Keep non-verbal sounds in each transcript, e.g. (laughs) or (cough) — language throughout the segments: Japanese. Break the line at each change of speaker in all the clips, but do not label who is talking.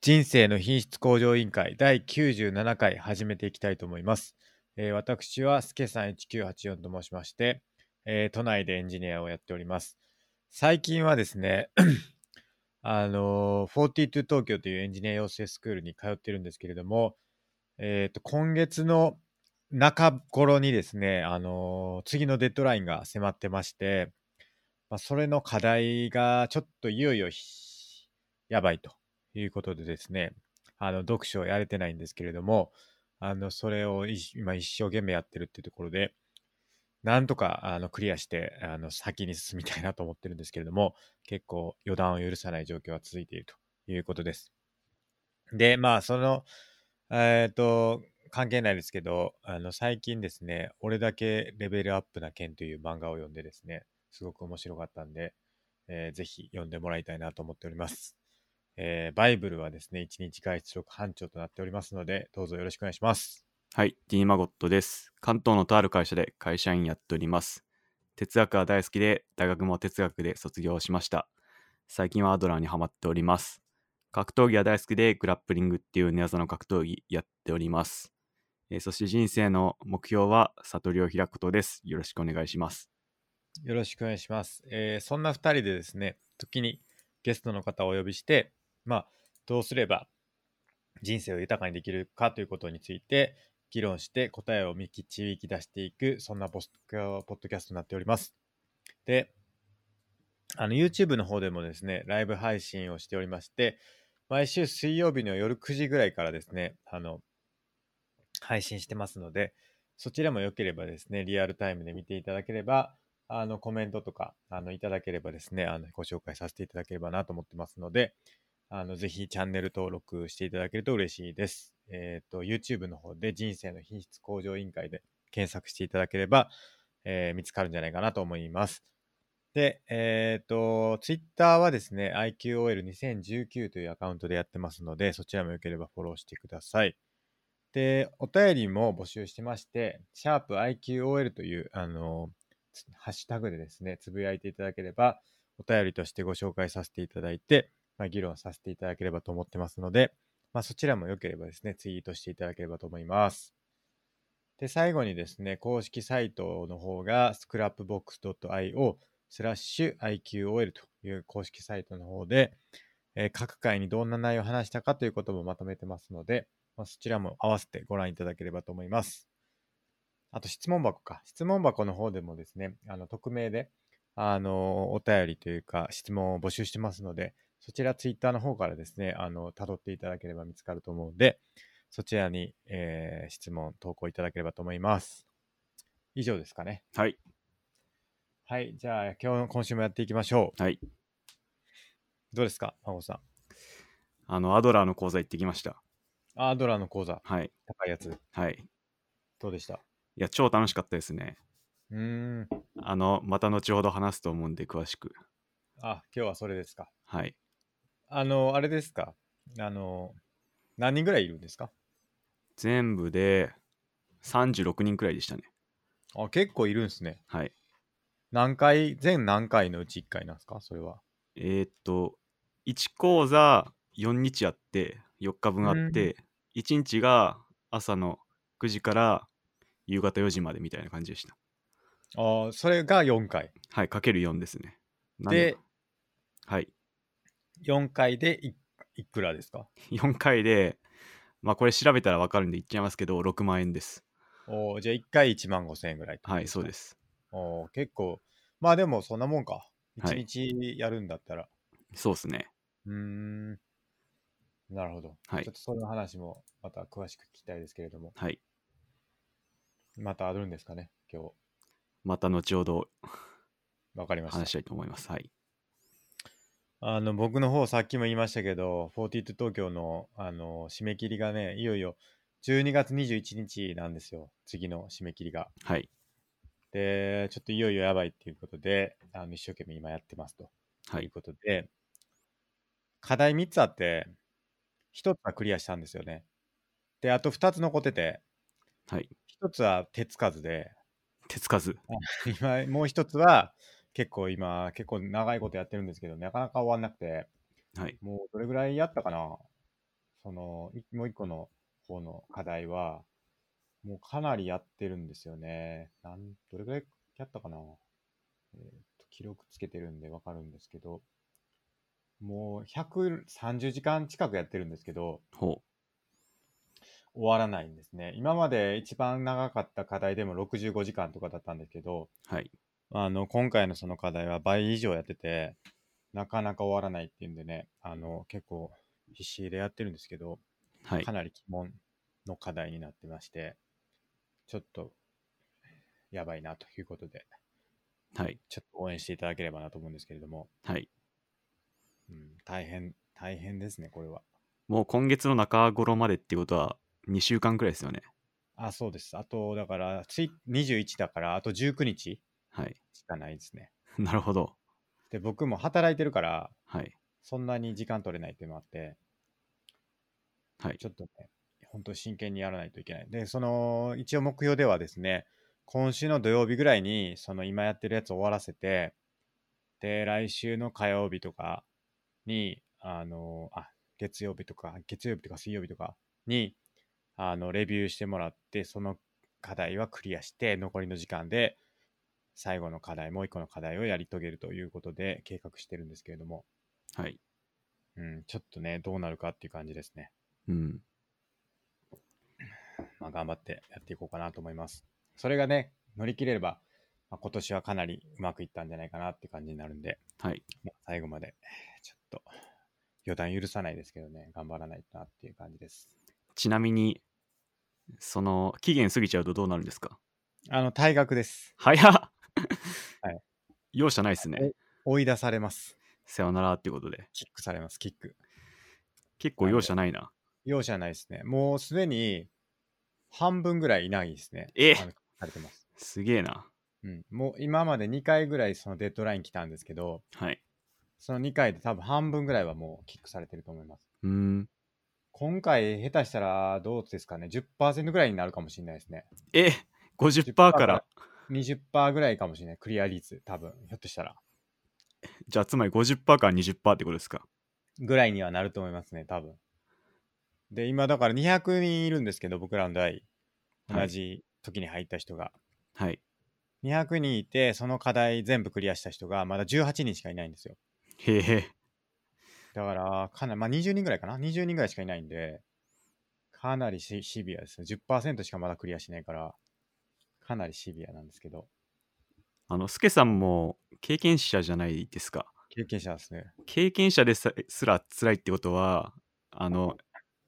人生の品質向上委員会第97回始めていきたいと思います。えー私はすけさん1984と申しまして、えー都内でエンジニアをやっております。最近はですね、 (clears throat) あのー、42東京というエンジニア養成スクールに通ってるんですけれども、えっ、と、今月の中頃にですね、あのー次のデッドラインが迫ってまして、まあ、それの課題がちょっといよいよひやばいということでですね、あの、読書をやれてないんですけれども、あの、それをい今一生懸命やってるっていうところで、なんとかあのクリアしてあの先に進みたいなと思ってるんですけれども、結構予断を許さない状況は続いているということです。で、まあ、その、えっ、と、関係ないですけど、あの、最近ですね、俺だけレベルアップな剣という漫画を読んでですね、すごく面白かったんで、えーぜひ読んでもらいたいなと思っております。えーバイブルはですね、1日外出力班長となっておりますので、どうぞよろしくお願いします。
はい、D マゴットです。関東のとある会社で会社員やっております。哲学は大好きで、大学も哲学で卒業しました。最近はアドラーにハマっております。格闘技は大好きで、グラップリングっていう寝技の格闘技やっております。えーそして人生の目標は悟りを開くことです。よろしくお願いします。
よろしくお願いします。えーそんな2人でですね、時にゲストの方をお呼びして、まあ、どうすれば人生を豊かにできるかということについて議論して答えを導き出していく、そんなポストポッドキャストになっております。で、あの、YouTube の方でもですね、ライブ配信をしておりまして、毎週水曜日の夜9時ぐらいからですね、あの、配信してますので、そちらも良ければですね、リアルタイムで見ていただければ、あの、コメントとか、あの、いただければですね、あの、ご紹介させていただければなと思ってますので、あの、ぜひチャンネル登録していただけると嬉しいです。えっ、と、YouTube の方で人生の品質向上委員会で検索していただければ、えー見つかるんじゃないかなと思います。で、えっ、と、Twitter はですね、IQOL2019 というアカウントでやってますので、そちらもよければフォローしてください。で、お便りも募集してまして、シャープ i q o l という、あの、つハッシュタグでですね、つぶやいていただければ、お便りとしてご紹介させていただいて、まあ、議論させていただければと思ってますので、まあ、そちらも良ければですね、ツイートしていただければと思います。で、最後にですね、公式サイトの方が scrapbox.io スラッシュ IQOL という公式サイトの方で、えー各回にどんな内容を話したかということもまとめてますので、まあ、そちらも合わせてご覧いただければと思います。あと質問箱か。質問箱の方でもですね、あの、匿名で、あの、お便りというか質問を募集してますので、そちらツイッターの方からですね、あの、辿っていただければ見つかると思うので、そちらに、えー質問、投稿いただければと思います。以上ですかね。
はい、
はい。じゃあ、今日の、今週もやっていきましょう。
はい。
どうですか、孫さん。
あの、アドラーの講座行ってきました。
アードラーの講座、
はい、
高いやつ、
はい。
どうでした
いや、超楽しかったですね。
うーん。
あの、また後ほど話すと思うんで、詳しく。
あ、今日はそれですか。
はい。
あの、あれですか。あの、何人ぐらいいるんですか
全部で36人くらいでしたね。
あ、結構いるんですね。
はい。
何回、全何回のうち1回なんですかそれは。
えーっと、1講座4日あって、4日分あって、1日が朝の9時から夕方4時までみたいな感じでした。
あそれが4回。
はい、かける4ですね。なん
で、、
はい、 (laughs)
4回でいいくらですか
4回で、まあこれ調べたらわかるんで言っちゃいますけど、6万円です。
おーじゃあ1回1万5千円ぐらい。
はい、そうです。
おー結構、まあでもそんなもんか。
は
1
い
日やるんだったら。
そうですね。
うーん。なるほど。
はい
ちょっとその話もまた詳しく聞きたいですけれども、
はい。
またあるんですかね今日。
また後ほど
わかりました
話し。たいと思います。はい。
あの僕の方さっきも言いましたけど、42東京のあの締め切りがね、いよいよ12月21日なんですよ、次の締め切りが。
はい。
で、ちょっといよいよやばいっていうことで、あの一生懸命今やってますと。
はいいう
ことで、課題3つあって、1つはクリアしたんですよね。で、あと2つ残ってて、
はい。
1つは手つかずで、
手つかず。
(laughs) 今もう1つは結構今、結構長いことやってるんですけど、なかなか終わんなくて、
はい。
もうどれぐらいやったかなその、いもう一個の方の課題は、もうかなりやってるんですよね。なん、どれぐらいやったかなえーっと、記録つけてるんでわかるんですけど、もう130時間近くやってるんですけど、
ほ
終わらないんですね。今まで一番長かった課題でも65時間とかだったんですけど、
う。はい。
あの、今回のその課題は倍以上やってて、なかなか終わらないっていうんでね、あの、結構必死でやってるんですけど、
はい
か。なり鬼門の課題になってまして、ちょっと、やばいなということで、
はい。
ちょっと応援していただければなと思うんですけれども、
はい。
うん、大変、大変ですね、これは。
もう今月の中頃までっていうことは、2週間くらいですよね。
あ、そうです。あと、だから、つい21だから、あと19日
はい。 (laughs)
しかないですね。
なるほど。
で、僕も働いてるから、
はい。
そんなに時間取れないっていうのもあって、
はい
ち。ょっとね、本当真剣にやらないといけない。で、その、一応目標ではですね、今週の土曜日ぐらいに、その今やってるやつを終わらせて、で、来週の火曜日とかに、あの、あ、月曜日とか、月曜日とか水曜日とかに、あの、レビューしてもらって、その課題はクリアして、残りの時間で、最後の課題、もう一個の課題をやり遂げるということで計画してるんですけれども、
はい。
うん、ちょっとね、どうなるかっていう感じですね。
うん。
まあ、頑張ってやっていこうかなと思います。それがね、乗り切れれば、まあ、今年はかなりうまくいったんじゃないかなって感じになるんで、
はい。
まあ最後まで、ちょっと、予断許さないですけどね、頑張らないとなっていう感じです。
ちなみに、その、期限過ぎちゃうとどうなるんですか
あの、退学です。
早っ
はい
容赦ないですね。
追い出されます。
さよならってことで。
キックされます、キック。
結構容赦ないな。
容赦ないですね。もうすでに、半分ぐらいいないですね。
え
あのされてます。
すげえな。
うん。もう今まで2回ぐらいそのデッドライン来たんですけど、
はい。
その2回で多分半分ぐらいはもうキックされてると思います。
うーん。
今回下手したらどうですかね ?10% ぐらいになるかもしれないですね。
え !50% から。
20%ぐらいかもしれない。クリア率、多分、ひょっとしたら。
じゃあ、つまり50%から20%ってことですか
ぐらいにはなると思いますね、多分。で、今だから200人いるんですけど、僕らの代。
はい
同じ時に入った人が。
はい。
200人いて、その課題全部クリアした人が、まだ18人しかいないんですよ。
へえ。
だから、かなり、まあ20人ぐらいかな ?20 人ぐらいしかいないんで、かなりシシビアですね。10%しかまだクリアしないから、かなりシビアなんですけど、
あの、スケさんも経験者じゃないですか。
経験者ですね。
経験者ですすら辛いってことは、あの、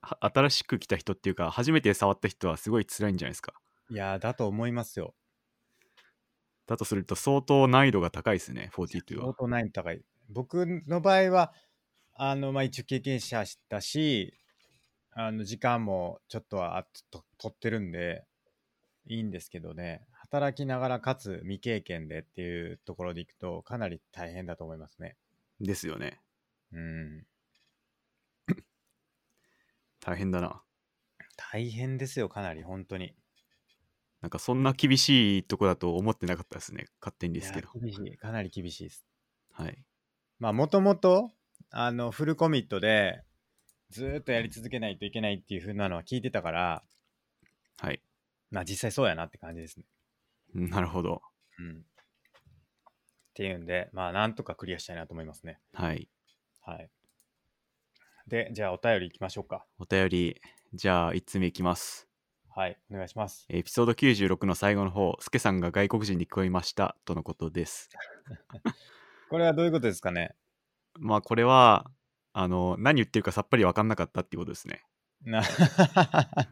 は新しく来た人っていうか、初めて触った人はすごい辛いんじゃないですか。
いやー、だと思いますよ。
だとすると相当難易度が高いですね、42
相
は。
当難易度高い。僕の場合は、あの、まあ、一応経験者だし、あの、時間もちょっとはあと取ってるんで、いいんですけどね、働きながらかつ未経験でっていうところでいくと、かなり大変だと思いますね。
ですよね。
うん。
大変だな。
大変ですよ、かなり、本当に。
なんかそんな厳しいとこだと思ってなかったですね。勝手にですけど
い。や厳しい、かなり厳しいです。
はい。
まあ、もともと、あの、フルコミットで、ずーっとやり続けないといけないっていう風なのは聞いてたから、
はい。
まあ、実際そうやなって感じですね。
うんなるほど。
うん。っていうんで、まあ、なんとかクリアしたいなと思いますね。
はい。
はい。で、じゃあ、お便りいきましょうか。
お便り、じゃあ1つ目いきます。
はい、お願いします。
エピソード96の最後の方、スケさんが外国人に聞こえましたとのことです。
これはどういうことですかね
まあこれは、あの、何言ってるかさっぱり分かんなかったっていうことですね。
な (laughs)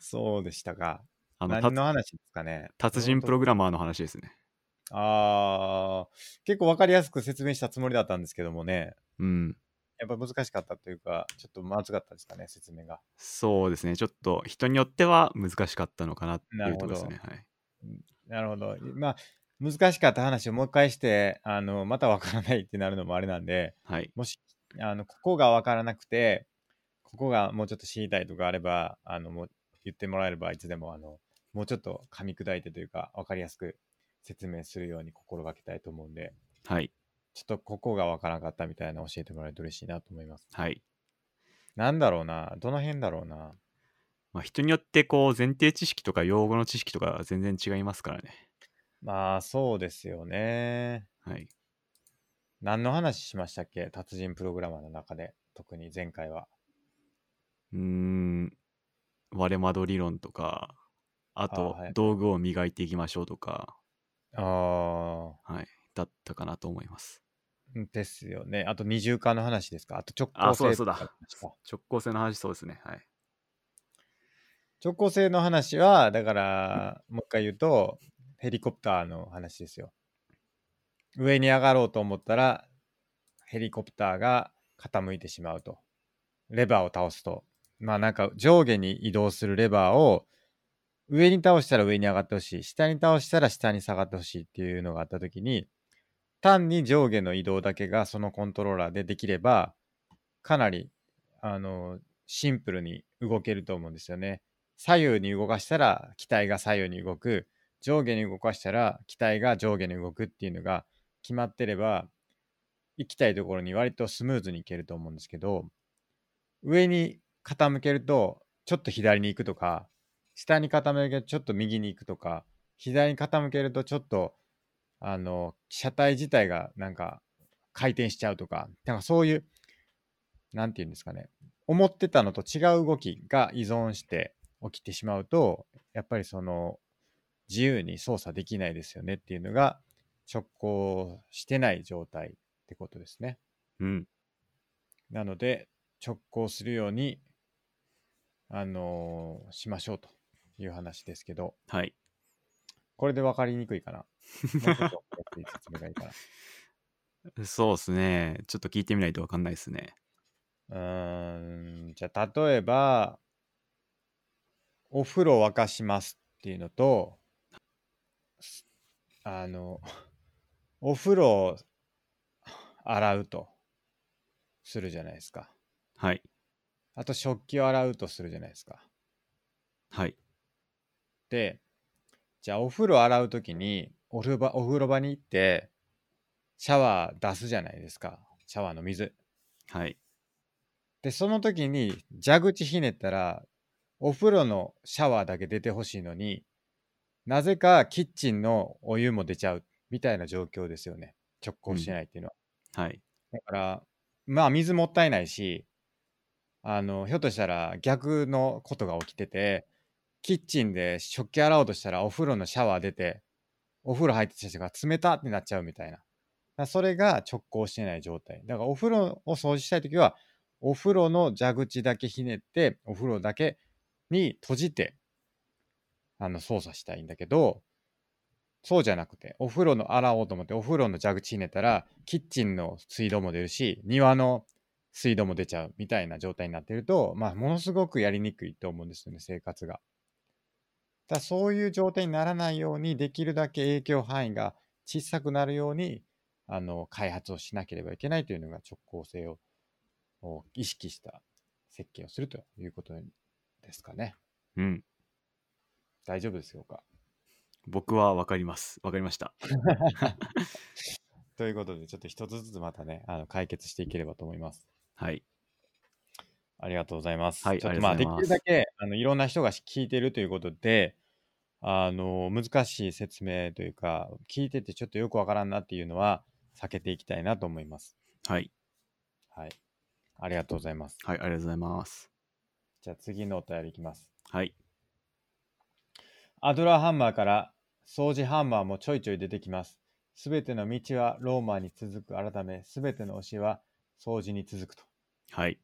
そうでしたか。
あの、
何
達
の話ですかね
達人プロ
グ
グラマーの話ですね。
あー結構分かりやすく説明したつもりだったんですけどもね、
うん。
やっぱ難しかったというか、ちょっとまずかったですかね、説明が。
そうですね。ちょっと人によっては難しかったのかなっていうところです
な
ね。はい。
なるほど。まあ、難しかった話をもう一回して、あの、また分からないってなるのもあれなんで、
はい。
もし、あの、ここが分からなくて、ここがもうちょっと知りたいとかあれば、あの、もう言ってもらえれば、いつでも、あの、もうちょっと噛み砕いてというか、分かりやすく説明するように心がけたいと思うんで、
はい。
ちょっとここが分からなかったみたいなの教えてもらえると嬉しいなと思います。
はい。
なんだろうな。どの辺だろうな。
まあ、人によってこう前提知識とか用語の知識とか全然違いますからね。
まあ、そうですよね。
はい。
何の話しましたっけ達人プログラマーの中で。特に前回は。
うーん割れ窓理論とかあと
あはい
道具を磨いていきましょうとか、
あ
はい、だったかなと思います。
あ。ですよね。あと二重化の話ですか。あと直
あ
行
そう
性
だそう
とか
だ
でした。
直行性の話そうですね。はい。
直行性の話は、だから、もう一回言うと、ヘリコプターの話ですよ。上に上がろうと思ったら、ヘリコプターが傾いてしまうと。レバーを倒すと。まあなんか上下に移動するレバーを、上に倒したら上に上がってほしい。下に倒したら下に下がってほしいっていうのがあったときに、単に上下の移動だけがそのコントローラーでできれば、かなり、あの、シンプルに動けると思うんですよね。左右に動かしたら機体が左右に動く上下に動かしたら機体が上下に動くっていうのが決まってれば行きたいところに割とスムーズに行けると思うんですけど上に傾けるとちょっと左に行くとか下に傾けるとちょっと右に行くとか左に傾けるとちょっとあの車体自体がなんか回転しちゃうとかなんかそういうなんていうんですかね思ってたのと違う動きが依存して起きてしまうとやっぱりその自由に操作できないですよねっていうのが直行してない状態ってことですね。
うん。
なので直行するようにあのーしましょうという話ですけど
はい。
これで分かりにくいかな。もうちょっと分かりやすい説明がいいかな。
そうですね。ちょっと聞いてみないとわかんないですね。
うーんじゃあ例えばお風呂沸かしますっていうのとすあの (laughs) お風呂を洗うとするじゃないですか
はい。
あと食器を洗うとするじゃないですか
はい。
でじゃあお風呂洗う時にお風呂場お風呂場に行ってシャワー出すじゃないですかシャワーの水
はい。
で、その時に蛇口ひねったら、お風呂のシャワーだけ出てほしいのに、なぜかキッチンのお湯も出ちゃうみたいな状況ですよね。直行してないっていうのは。
はい。
だから、まあ水もったいないし、あの、ひょっとしたら逆のことが起きてて、キッチンで食器洗おうとしたらお風呂のシャワー出て、お風呂入ってきた人が冷たってなっちゃうみたいな。だからそれが直行してない状態。だからお風呂を掃除したいときは、お風呂の蛇口だけひねって、お風呂だけに閉じて、あの、操作したいんだけど、そうじゃなくて、お風呂の洗おうと思って、お風呂の蛇口ひねったら、キッチンの水道も出るし、庭の水道も出ちゃうみたいな状態になってると、まあ、ものすごくやりにくいと思うんですよね、生活が。だからそういう状態にならないように、できるだけ影響範囲が小さくなるように、あの、開発をしなければいけないというのが直行性をを意識した設計をするということですかね。
うん。
大丈夫ですよか。
僕はわかります。わかりました。
ということで、ちょっと一つずつまたね、あの解決していければと思います。
はい。
ありがとうございます。
はい
ちょっ
あ
と
り
まあ
が
で
とう
き
ございます
るだけあのいろんな人が聞いてるということで、あの難しい説明というか、聞いててちょっとよくわからんなっていうのは避けていきたいなと思います。
はい。
はい。ありがとうございます。
はい。ありがとうございます。
じゃあ次のお便りいきます。
はい。
アドラーハンマーから掃除ハンマーもちょいちょい出てきます。すべての道はローマに続く改め、すべての推しは掃除に続くと
はい。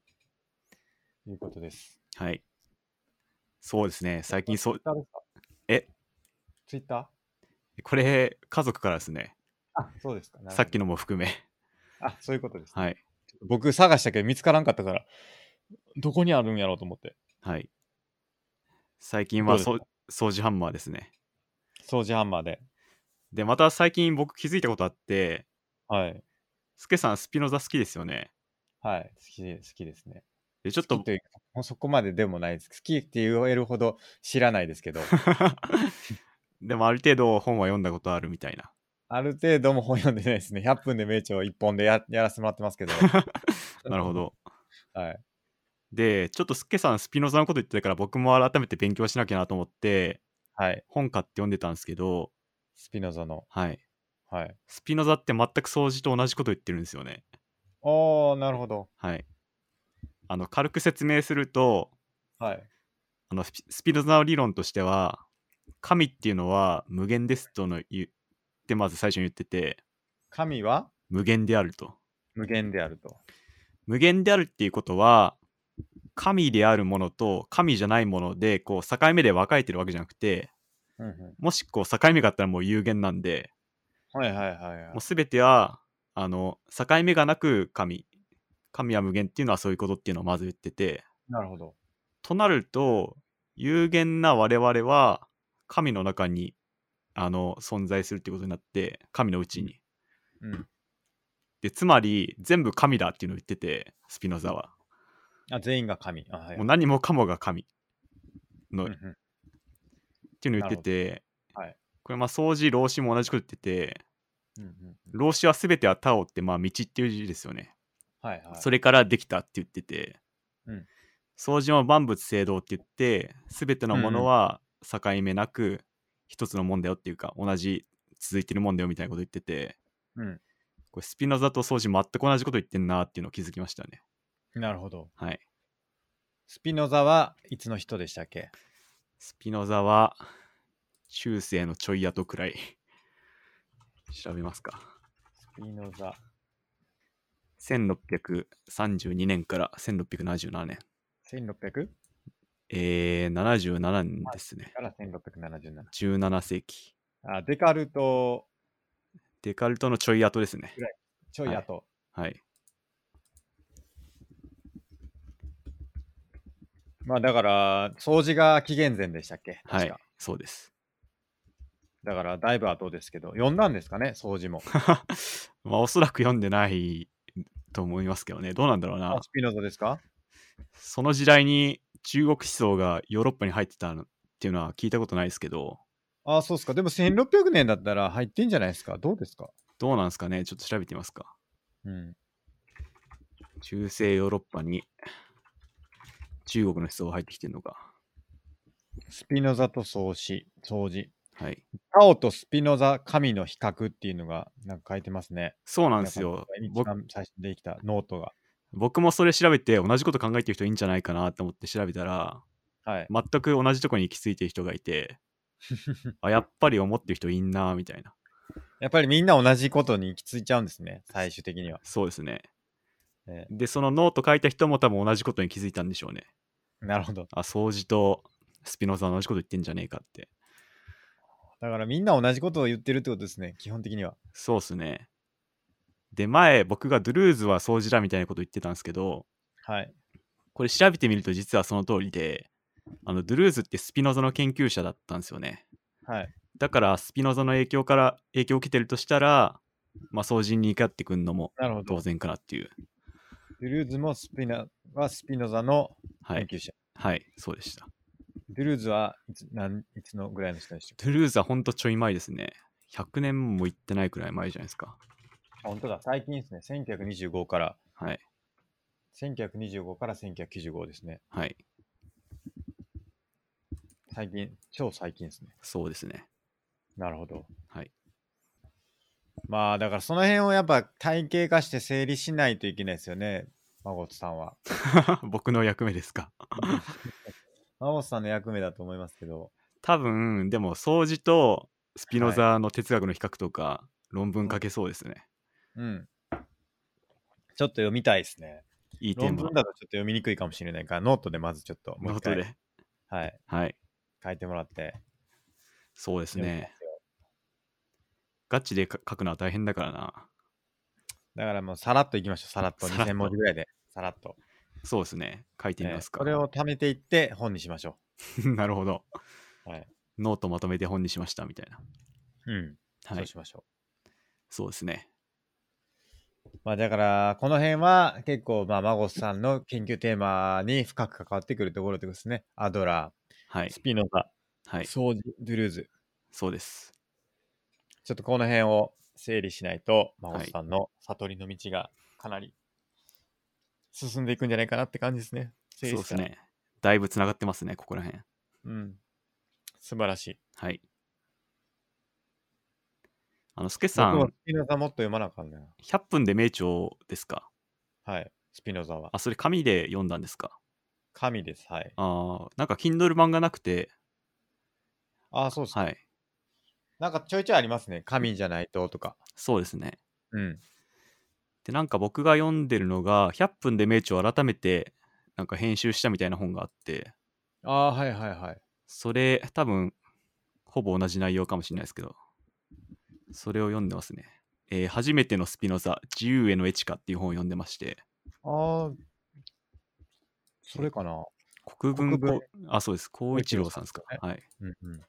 いうことです。
はい。そうですね。最近そう
ツイッ、ターですか
え、
ツイッター
これ、家族からですね。
あ、そうですか。
さっき
の。
のも含め。
あ、そういうことです。
はい。
僕探したけど見つからんかったから、どこにあるんやろうと思って。
はい。最近は
どう
そ掃除ハンマーですね。
掃除ハンマーで。
で、また最近僕気づいたことあって、
はい。
スケさんスピノザ好きですよね。
はい。好き好きですね。
で、ちょっ
好
と
き、というか、もうそこまででもないです。好きって言えるほど知らないです
(laughs)
けど、
(laughs) でもある程度本は読んだことあるみたいな。
ある程度も本読んでないですね。100分で名著1本でややらせてもらってますけど。
なるほど。
はい。
でちょっとすっけさんスピノザのこと言ってたから僕も改めて勉強しなきゃなと思って
はい。
本買って読んでたんですけど、
スピノザの。
はい、
はい。
スピノザって全く掃除と同じこと言ってるんですよね。
あー、なるほど。
はい、あの軽く説明すると
はい。
あのスピスピノザの理論としては神っていうのは無限ですとの言ってまず最初に言ってて
神は
無限であると。
無限であると。
無限であるっていうことは神であるものと神じゃないものでこう境目で分かれてるわけじゃなくて
うんう
もしこう境目があったらもう有限なんで
ん。はいはいはいはい
もう。全てはあの境目がなく神神は無限っていうのはそういうことっていうのをまず言ってて
なるほど。
となると有限な我々は神の中にあの存在するっていうことになって神のうちに
うん。
でつまり全部神だっていうのを言っててスピノザは
あ、全員が神。あ、はい。
もう何もかもが神の
うん
っ
う
ていうのを言ってて、
なるほどはい
これまあ掃除老子も同じこと言ってて
んうんうんうん
老子は全ては他をってまあ道っていう字ですよね
はいはい。
それからできたって言ってて、
うん
掃除は万物聖堂って言って全てのものは境目なく一つのもんだよっていうか同じ続いてるもんだよみたいなこと言ってて
うん。
これスピノザと掃除全く同じこと言ってんなっていうのを気づきましたね
なるほど。
はい
スピノザはいつの人でしたっけ
スピノザは中世のちょい後くらい調べますか
スピノザ。
1632年から1677年
1600?
えー、77年ですね、
から1677。
17世紀
あ、デカルト
デカルトのちょい後ですね
ちょい後。
はい
まあだから、掃除が紀元前でしたっけ確か、
はい、そうです。 (laughs)
だからだいぶ後ですけど、読んだんですかね、掃
(laughs)
除も。
まあ、おそらく読んでないと思いますけどね、どうなんだろうな
あ。スピノザですか
その時代に中国思想がヨーロッパに入ってたのっていうのは聞いたことないですけど、
あ、そうですか。でも1600年だったら入ってんじゃないですか。どうですか
どうなんですかね、ちょっと調べてみますか。
うん。
中世ヨーロッパに中国の思想が入ってきてるのか。
スピノザと掃除、掃除。
はい。
タオとスピノザ、神の比較っていうのが、なんか書いてますね。
そうなんですよ。
一
僕
番最初にできたノートが。
僕もそれ調べて同じこと考えてる人いいんじゃないかなと思って調べたら、
はい。
全く同じとこに行き着いてる人が
(laughs)
いて、あ、やっぱり思ってる人いんな、みたいな。
やっぱりみんな同じことに行き着いちゃうんですね、最終的には。 (laughs)
そうですね。
ね
で、そのノート書いた人も多分同じことに気づいたんでしょうね。
なるほど。
あ、掃除とスピノザは同じこと言ってんじゃねえかって。
だからみんな同じことを言ってるってことですね、基本的には。
そうっすね。で、前、僕がドゥルーズは掃除だみたいなこと言ってたんですけど、
はい。
これ調べてみると実はその通りで、あの、ドゥルーズってスピノザの研究者だったんですよね。
はい。
だから、スピノザの影響から、影響を受けてるとしたら、まあ、掃除に怒ってくんのも
なるほど
当。然かなっていう。
ドゥルーズもスピナはスピノザの
は
研
い。
究者。
はい、そうでした。
ドゥルーズはいつなんいつのぐらいの人でしたっけ
ドゥルーズはほんとちょい前ですね。100年も行ってないくらい前じゃないですか。
あ本当だ、最近ですね、1925から、
はい。
1925から1995ですね。
はい。
最近、超最近ですね。
そうですね。 (laughs)
なるほど。
はい。
まあ、だからその辺をやっぱ体系化して整理しないといけないですよね、孫さんは。
僕の役目ですか。
孫さんの役目だと思いますけど、
多分、でも、掃除とスピノザの哲学の比較とか、論文書けそうですね。
うん。ちょっと読みたいですね。
いいテー
論
マ
文。だとちょっと読みにくいかもしれないから、ノートでまずちょっともう
ノー
一
ト
回、
で。
はい、
はい。
書いてもらって。
そうです
読みま
ね。
すよ
ガチでか書くのは大変だからな。
だからもうさらっといきましょう、さらっと。
さらっと
2000文字ぐらいで、さらっと。
そうですね。書いてみます
えーそ
か。
れを貯めていって本にしましょ
(laughs) なるほど。
はい
ノートまとめて本にしましたみたいな。
う。うん。
は
そう
い。
しましょ
そうですね。
う。まあだから、この辺は結構、まあ、孫さんの研究テーマに深く関わってくるところですね。アドラ
は
ー、
い。
スピノザ、
はい。
ソージ、ドゥルーズ。
そうです。
ちょっとこの辺を整理しないと、孫
はい
さんの悟りの道がかなり進んでいくんじゃないかなって感じですね。そう
そうです。ね。だいぶつながってますね、ここら辺。
うん。素晴らしい。
はい。あの、スケさ
僕も
ん
ス、ピノザもっと読まなあかんねん。
100分で名著ですか
はい。スピノザは
あ、。それ紙で読んだんですか
神です。はい。
ああ、なんか Kindle 版がなくて、
ああ、そうですね。
はい。
なんかちょいちょいありますね。神じゃないととか。
そうですね。
うん。
で、なんか僕が読んでるのが、100分で名著を改めて、なんか編集したみたいな本があって、
ああ、はいはいはい。
それ、多分、ほぼ同じ内容かもしれないですけど、それを読んでますね。えー初めてのスピノザ、自由へのエチカっていう本を読んでまして、
ああ、それかな。
国分
国分
こあ、そうです。孝一郎さんですか。
孝一
はい。
うんうん。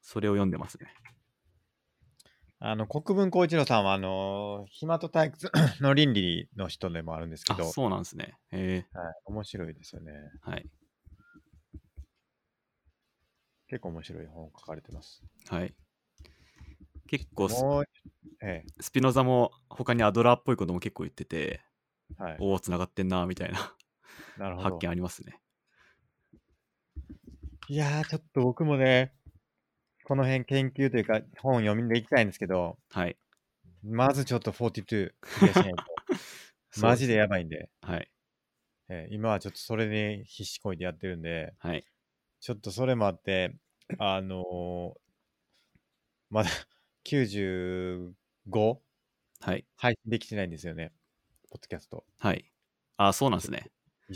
それを読んでますね。
あの、国分光一郎さんは、あのー暇と退屈 (clears throat) の倫理の人でもあるんですけ
あ、
ど、
そうなんですね。え
はい、面白いですよね。
ー、はい。
結構面白い本書かれてます。
はい。結構ス、
もう、え
スピノザも他にアドラーっぽいことも結構言ってて、
え、はい。
おお、つながってんな、みたいな
なるほ
発
ど
見。ありますね。
いやー、ちょっと僕もね、この辺研究というか、本読んでいきたいんですけど、
はい。
まずちょっと42クリ
(laughs)
アしないと、マジでやばいんで、
そう。はい。
ええ今はちょっとそれに必死こいてやってるんで、
はい。
ちょっとそれもあって、あのーまだ (laughs) 95?
はい。
配信できてないんですよね、ポッドキャスト。
はい。あ、そうなんですね。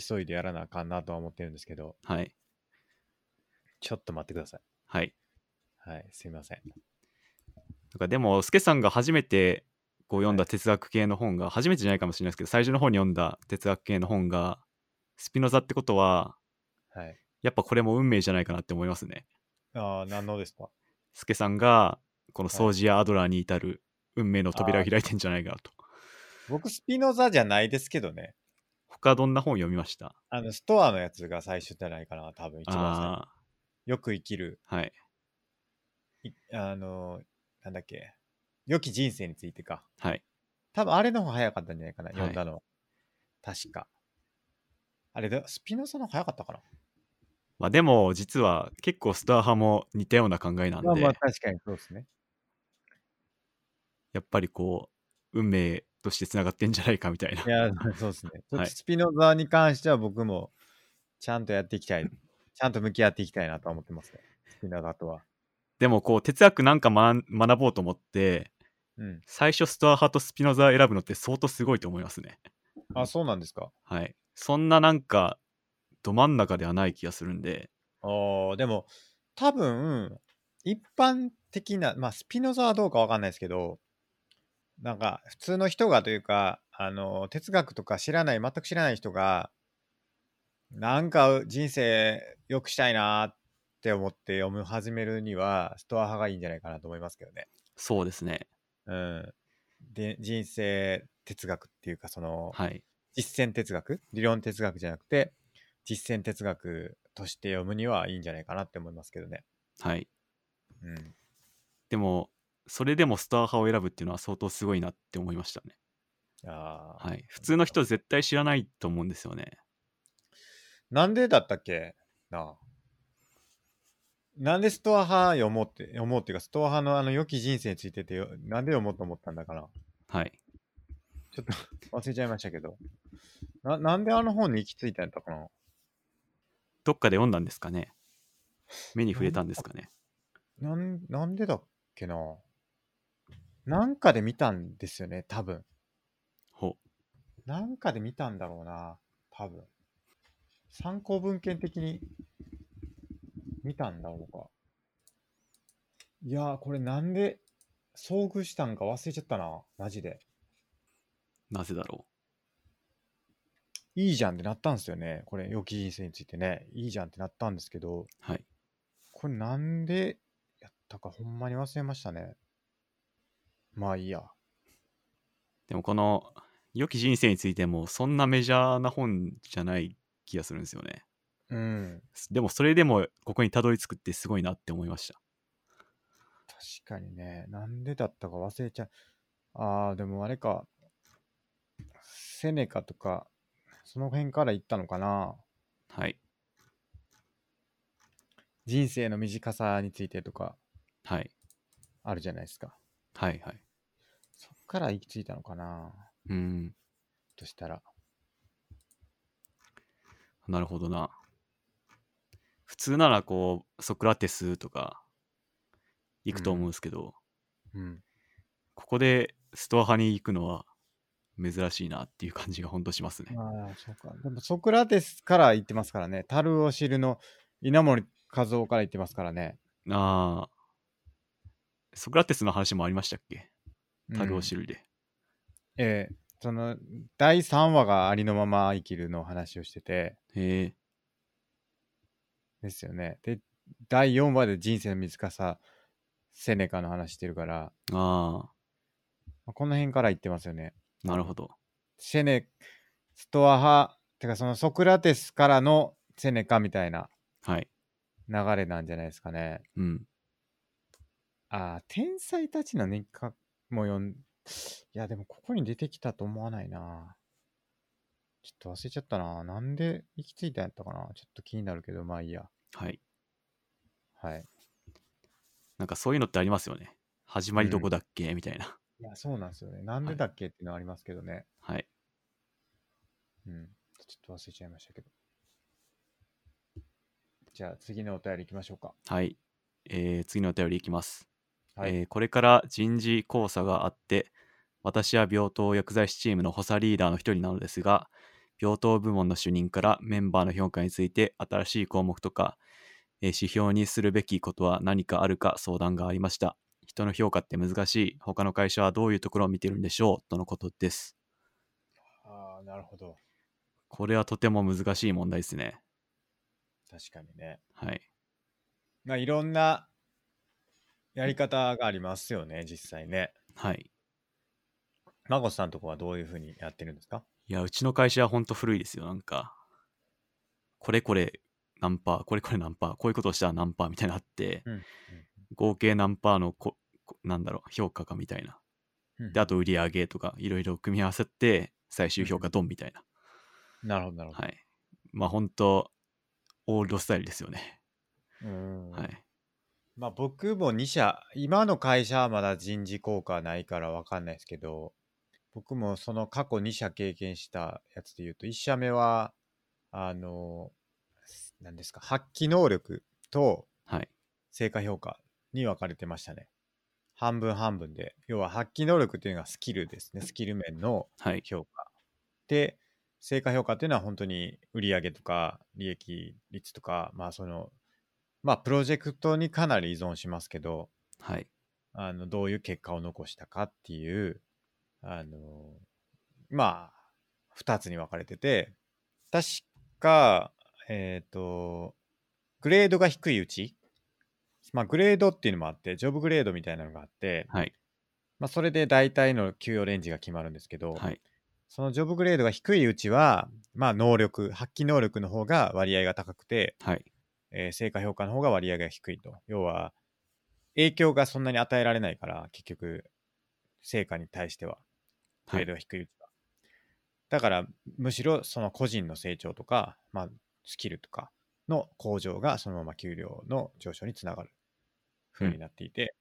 急いでやらなあかんなとは思ってるんですけど、
はい。
ちょっと待ってください。
はい。
はい、すいません。
なんかでも、スケさんが初めてこう読んだ哲学系の本が、初めてじゃないかもしれないですけど、最初の方に読んだ哲学系の本が、スピノザってことは、
はい。
やっぱこれも運命じゃないかなって思いますね。
ああ、何のですか
スケさんが、この掃除やアドラーに至る運命の扉を開いてんじゃないかなと。
僕、スピノザじゃないですけどね。
他どんな本読みました
あの、ストアのやつが最初じゃないかな、多分一番最初。
あ
よく生きる、
あー、はい。
いあのー、なんだっけ、良き人生についてか。
はい。
多分あれの方が早かったんじゃないかな、
い
読んだのは。確か。あれだ、スピノザの方が早かったかな。
まあでも、実は結構スター派も似たような考えなんで、
まあまあ、確かにそうですね。
やっぱりこう、運命としてつながってんじゃないかみたいな。
いや、そうですね。ちょっ
は
と
い
スピノザに関しては僕もちゃんとやっていきたい、ちゃんと向き合っていきたいなとは思ってますね。スピノザとは。
でもこう、哲学なんか学ん学ぼうと思って、
うん。
最初ストア派とスピノザを選ぶのって相当すごいと思いますね。
あ、そうなんですか。
はい。そんななんか、ど真ん中ではない気がするんで、
あーでも多分、一般的な、まあスピノザはどうかわかんないですけど、なんか普通の人がというか、あの、哲学とか知らない、全く知らない人が、なんか人生良くしたいなーって思って読む始めるには、ストア派がいいんじゃないかなと思いますけどね。
そうですね。
うん、で人生哲学っていうかその
はい。
実践哲学理論哲学じゃなくて実践哲学として読むにはいいんじゃないかなって思いますけどね。
はい。
うん、
でも、それでもスター派を選ぶっていうのは相当すごいなって思いましたね。
あー
はい。普通の人絶対知らないと思うんですよね。
なんでだったっけなあなんでストア派読もうって読もうっていうかストア派のあの良き人生についててよなんで読もうと思ったんだかな
はい。
ちょっと忘れちゃいましたけどななんであの本に行き着いたんだったかな
どっかで読んだんですかね目に触れたんですかね
なん、なんでだっけななんかで見たんですよね、多分。
ほう。
なんかで見たんだろうな、多分。参考文献的に見たんだろうか。いやー、これなんで遭遇したんか忘れちゃったな、マジで。
なぜだろ
いいじゃんってなったんですよね。これ、良き人生についてね。いいじゃんってなったんですけど、
うはい。
これなんでやったかほんまに忘れましたね。まあいいや。
でもこの、良き人生についても、そんなメジャーな本じゃない気がするんですよね。
うん。
でも、それでも、ここにたどり着くってすごいなって思いました。
確かにね、なんでだったか忘れちゃう。ああ、でもあれか、セネカとか、その辺から行ったのかな。
はい。
人生の短さについてとか
はい。
あるじゃないですか。
はい。はい。
そっから行き着いたのかな。
うん。
としたら。
なるほどな。普通ならこう、ソクラテスとか、行くと思うんですけど、
うん。
ここでストア派に行くのは珍しいなっていう感じがほんとしますね。
まあ、そうか。でもソクラテスから言ってますからね。樽を知るの稲森和夫から言ってますからね。
ああ。ソクラテスの話もありましたっけ
うん
タルオシルで。
ええその、第3話がありのまま生きるの話をしてて、
へえ。
ですよね。で、第4話で人生の短さ、セネカの話してるから、
あ
まあこの辺から言ってますよね。
あ、なるほど。
セネ、ストア派、てかそのソクラテスからのセネカみたいな
はい。
流れなんじゃないですかね。
うん。
ああ、天才たちの日課も読ん、いや、でもここに出てきたと思わないな。ちょっと忘れちゃったな。なんで行き着いたんやったかな。ちょっと気になるけど、まあいいや。
はい。
はい。
なんかそういうのってありますよね。始まりどこだっけ、みたいな。
いや、そうなんですよね。なん
は
で
い
だっけっていうのはありますけどね。
はい。
うん。ちょっと忘れちゃいましたけど。じゃあ次のお便り行きましょうか。
はい。えー次のお便りいきます。
はい。
えーこれから人事考査があって私は病棟薬剤師チームの補佐リーダーの一人なのですが病棟部門の主任からメンバーの評価について新しい項目とか、えー指標にするべきことは何かあるか相談がありました人の評価って難しい他の会社はどういうところを見てるんでしょうとのことです
ああ、なるほど。
これはとても難しい問題ですね
確かにね。
はい
まあいろんなやり方がありますよね、実際ね。
はい
マゴスさんとこはどういうふうにやってるんですか
いやうちの会社はほんと古いですよなんかこれこれ何パーこれこれ何パーこういうことをしたら何パーみたいなのあって、
うんうん
合計何パーのここなんだろう評価かみたいなであと売り上げとかいろいろ組み合わせて最終評価ドンみたいな、
なるほど、なるほど。
はいまあほんとオールドスタイルですよね、
うん
はい
まあ僕も2社、今の会社はまだ人事効果はないからわかんないですけど、僕もその過去2社経験したやつで言うと、1社目は、あの、何ですか、発揮能力と
はい
成果評価に分かれてましたね。半分半分で。要は発揮能力っていうのがスキルですね。スキル面の
はい
評価。で、成果評価っていうのは本当に売上とか利益率とか、まあその、まあプロジェクトにかなり依存しますけど、
はい
あの、どういう結果を残したかっていう、あの、まあ、二つに分かれてて、確か、えっ、と、グレードが低いうち、まあグレードっていうのもあって、ジョブグレードみたいなのがあって、
はい
まあそれで大体の給与レンジが決まるんですけど、
はい
そのジョブグレードが低いうちは、まあ能力、発揮能力の方が割合が高くて、
はい
えー成果評価の方が割合が低いと。要は、影響がそんなに与えられないから、結局、成果に対しては、グ
は
レード
い
が低いうちは。だから、むしろその個人の成長とか、まあ、スキルとかの向上がそのまま給料の上昇につながる風になっていて、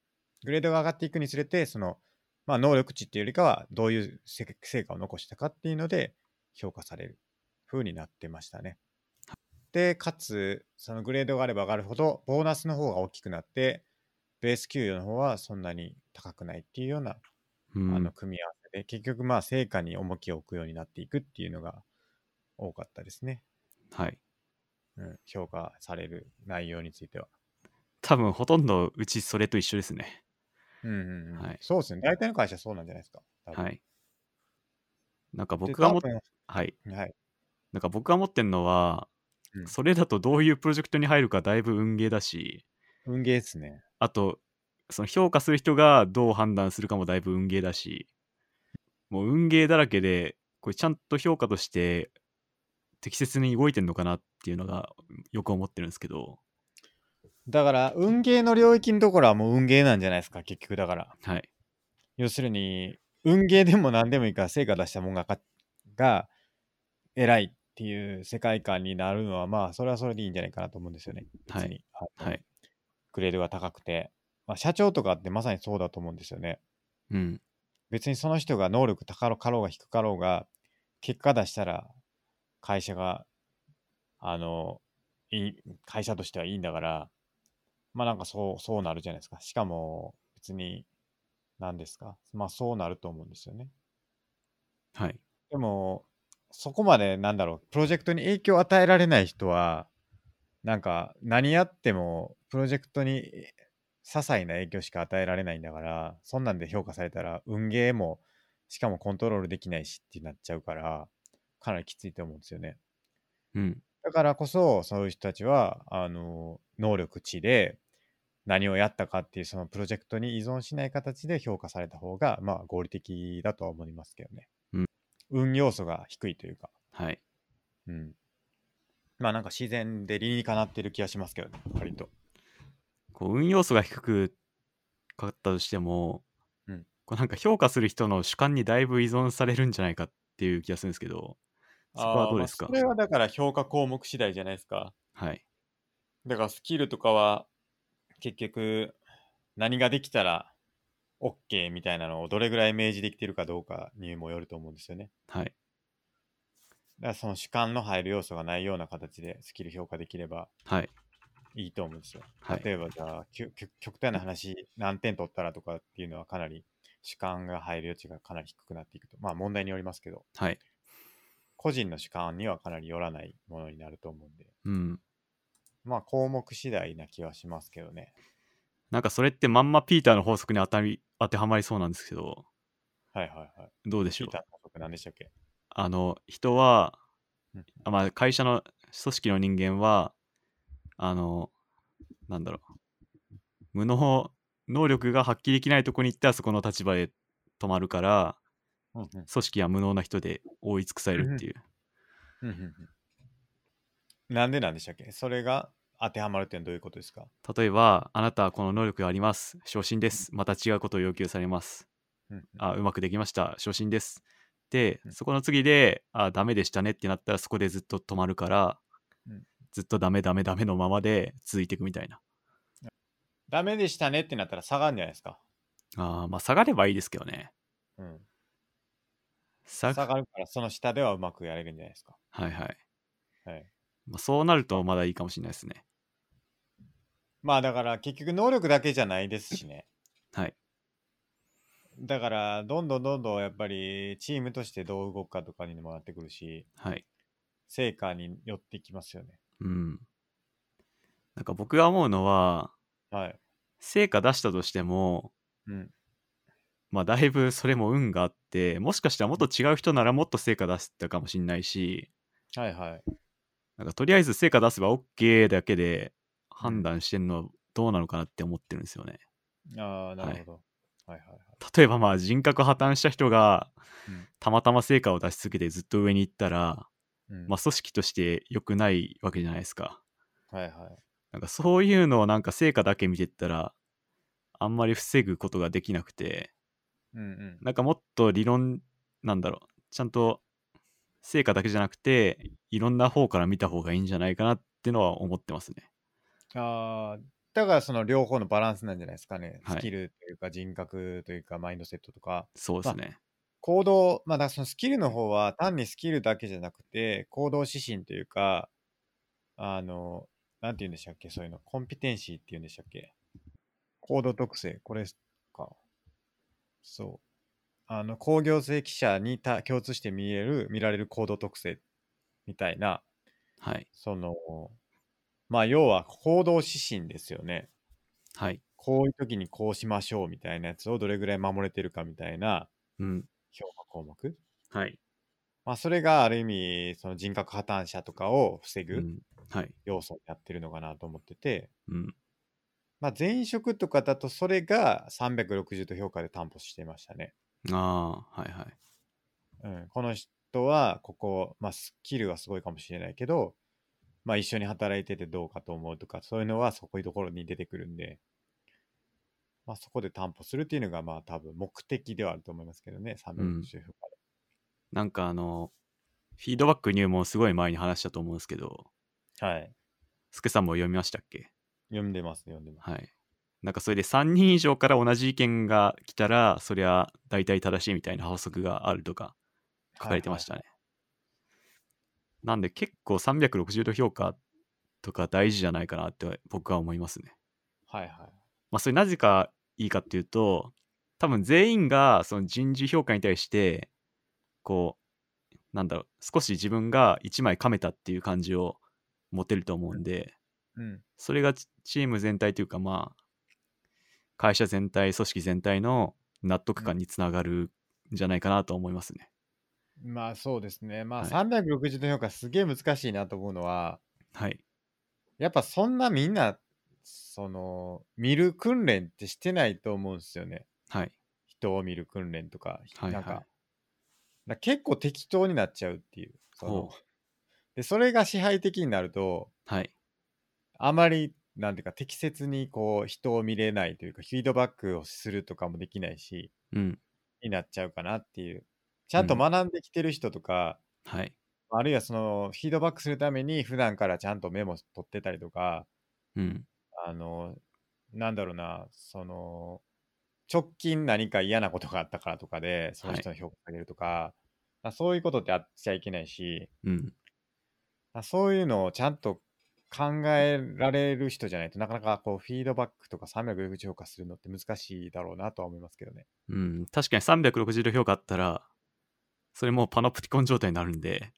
グレードが上がっていくにつれて、その、まあ、能力値っていうよりかは、どういうせ成果を残したかっていうので、評価される風になってましたね。で、かつ、そのグレードがあれば上がるほど、ボーナスの方が大きくなって、ベース給与の方はそんなに高くないっていうような
う
あ
ん
の組み合わせで、結局まあ成果に重きを置くようになっていくっていうのが多かったですね。
はい
うん、評価される内容については。
多分ほとんどうちそれと一緒ですね
うんうんうん
はい
そうですね。大体の会社そうなんじゃないですか。多分
は。いなんか
で
僕がも
多分
はい
はい。
なんか僕が持ってんのは、
うん
それだとどういうプロジェクトに入るかだいぶ運ゲーだし、
運ゲーですね。
あと、その評価する人がどう判断するかもだいぶ運ゲーだし、もう運ゲーだらけで、これちゃんと評価として適切に動いてんのかなっていうのがよく思ってるんですけど、
だから、運ゲーの領域のところはもう運ゲーなんじゃないですか、結局だから。
はい。
要するに、運ゲーでも何でもいいから成果出したもんがかが偉いっていう世界観になるのは、まあ、それはそれでいいんじゃないかなと思うんですよね。
はい
別にあの
はい。
グレードが高くて。まあ、社長とかってまさにそうだと思うんですよね。
うん。
別にその人が能力高かろうが低かろうが、結果出したら、会社が、あの、いい会社としてはいいんだから、まあなんかそう、そうなるじゃないですか。しかも、別に、何ですか。まあそうなると思うんですよね。
はい。
でも、そこまでなんだろう、プロジェクトに影響を与えられない人は、なんか何やってもプロジェクトにえ些細な影響しか与えられないんだから、そんなんで評価されたら運ゲーもしかもコントロールできないしってなっちゃうから、かなりきついと思うんですよね。
うん。
だからこそ、そういう人たちは、あの、能力値で何をやったかっていうそのプロジェクトに依存しない形で評価された方が、まあ合理的だとは思いますけどね。
うん
運要素が低いというか。
はい。
うん。まあなんか自然で理にかなってる気がしますけどね、割と。
こう運要素が低くかかったとしても、
うん
こうなんか評価する人の主観にだいぶ依存されるんじゃないかっていう気がするんですけど、そこはどうですか
あーまあそれはだから評価項目次第じゃないですか。
はい。
だからスキルとかは結局何ができたら OK みたいなのをどれぐらい明示できてるかどうかにもよると思うんですよね。
はい。
だからその主観の入る要素がないような形でスキル評価できれば
はい。
いいと思うんですよ。
はい。
例えばじゃあきゅきゅ極端な話何点取ったらとかっていうのはかなり主観が入る余地がかなり低くなっていくとまあ問題によりますけど
はい。
個人の主観にはかなりよらないものになると思うんで
うん。
まあ項目次第な気はしますけどね
なんかそれってまんまピーターの法則に当たり当てはまりそうなんですけど、
はいはいはい
どうでし
ピ
ょ
ー
う
ターの法則何でしたっけ
あの、人は
うん、
あまあ、会社の組織の人間は、あの、なんだろう、無能、能力が発揮できないとこに行ったらそこの立場で止まるから、
うんうん
組織は無能な人で覆い尽くされるっていう。
うんうんうんなんでなんでしたっけそれが当てはまるってのはどういうことですか
例えば、あなたはこの能力があります。昇進です。また違うことを要求されます。
うんうん
あ、うまくできました。昇進です。で
う、ん
そこの次で、あ、ダメでしたねってなったらそこでずっと止まるから
うん、
ずっとダメダメダメのままで続いていくみたいな。
ダメでしたねってなったら下がるんじゃないですか、
ああ、まあ下がればいいですけどね。
うん、
下
下
が
がるからその下ではうまくやれるんじゃないですか
はいはい。
はい
まあ、そうなるとまだいいかもしれないですね。
まあだから結局能力だけじゃないですしね。
(laughs) はい。
だからどんどんどんどんやっぱりチームとしてどう動くかとかにもなってくるし、
はい。
成果によってきますよね。
うん。なんか僕が思うのは、
はい。
成果出したとしても、
うん。
まあだいぶそれも運があって、もしかしたらもっと違う人ならもっと成果出せたかもしれないし、
はいはい。
なんかとりあえず成果出せば OK だけで判断してんのはどうなのかなって思ってるんですよね。
ああ、なるほど。はい、はい、はいはいはい
例えばまあ人格破綻した人が
うん
たまたま成果を出し続けてずっと上に行ったら、
うん
まあ組織として良くないわけじゃないですか。
はいはい。
なんかそういうのをなんか成果だけ見てったら、あんまり防ぐことができなくて、
うんうん。
なんかもっと理論、なんだろう、ちゃんと成果だけじゃなくて、いろんな方から見た方がいいんじゃないかなってのは思ってますね。
ああ、だからその両方のバランスなんじゃないですかね。
はい
スキルというか人格というかマインドセットとか。
そうですね。
行動、まあ、だからそのスキルの方は単にスキルだけじゃなくて、行動指針というか、あの、なんて言うんでしたっけ、そういうの、コンピテンシーって言うんでしたっけ。行動特性、これか。そう。あの、工業性記者にた共通して見える、見られる行動特性みたいな、
はい。
その、まあ、要は行動指針ですよね。
はい。
こういう時にこうしましょうみたいなやつをどれぐらい守れてるかみたいな
うん。
評価項目。
はい。
まあ、それがある意味、その人格破綻者とかを防
う
ぐ
ん。はい。
要素になってるのかなと思ってて、
うん。
まあ、前職とかだとそれが360と評価で担保してましたね。
ああ、はいは
う
い。
ん、この人は、ここ、まあ、スキルはすごいかもしれないけど、まあ、一緒に働いててどうかと思うとか、そういうのはそこいうところに出てくるんで、まあ、そこで担保するっていうのが、まあ、多分目的ではあると思いますけどね、360評価で。
なんかあの、フィードバック入門すごい前に話したと思うんですけど、
はい。
スケさんも読みましたっけ
読んでます、読んでます。
はい。なんかそれで3人以上から同じ意見が来たら、そりゃ大体正しいみたいな法則があるとか書かれてましたね。なんで結構360度評価とか大事じゃないかなって僕は思いますね。
はいはい。
まあ、それなぜかいいかっていうと多分全員がその人事評価に対してこうなんだろう少し自分が1枚かめたっていう感じを持てると思うんで
うん。
それがチチーム全体というかまあ会社全体組織全体の納得感につながるんじゃないかなと思いますね。
まあそうですね。まあ
はい
360度評価すげえ難しいなと思うのは、
はい。
やっぱそんなみんな、その、見る訓練ってしてないと思うんですよね。
はい。
人を見る訓練とか、
はい
なんか、
はい
な結構適当になっちゃうっていう。その
ほう
で、それが支配的になると、
はい。
あまり、なんていうか、適切にこう、人を見れないというか、フィードバックをするとかもできないし、
うん。
になっちゃうかなっていう。ちゃんと
うん
学んできてる人とか、
はい。
あるいはその、フィードバックするために、普段からちゃんとメモ取ってたりとか、
うん。
あの、なんだろうな、その、直近何か嫌なことがあったからとかで、その人の評価を上げるとか、あそういうことってあっちゃいけないし、
うん。
あそういうのをちゃんと考えられる人じゃないとなかなかこうフィードバックとか360評価するのって難しいだろうなとは思いますけどね。
うん、確かに360度評価あったら、それもうパナプティコン状態になるんで、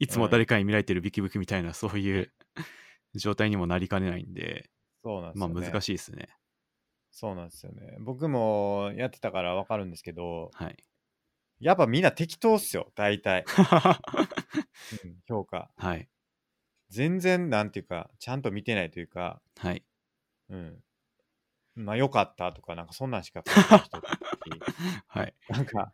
いつも誰かに見られてるビキビキみたいな、そういう状態にもなりかねないんで、
そうなんです
まあ
よね。
難
い。
しいですね。
そうなんですよね。僕もやってたからわかるんですけど、 (laughs)
はい。
やっぱみんな適当っすよ、大体。うん評価。
はい。
全然、なんていうか、ちゃんと見てないというか、
はい。
うん。まあ、良かったとか、なんか、そんなんしか書いてない人だ
(laughs)
し
はい。
なんか、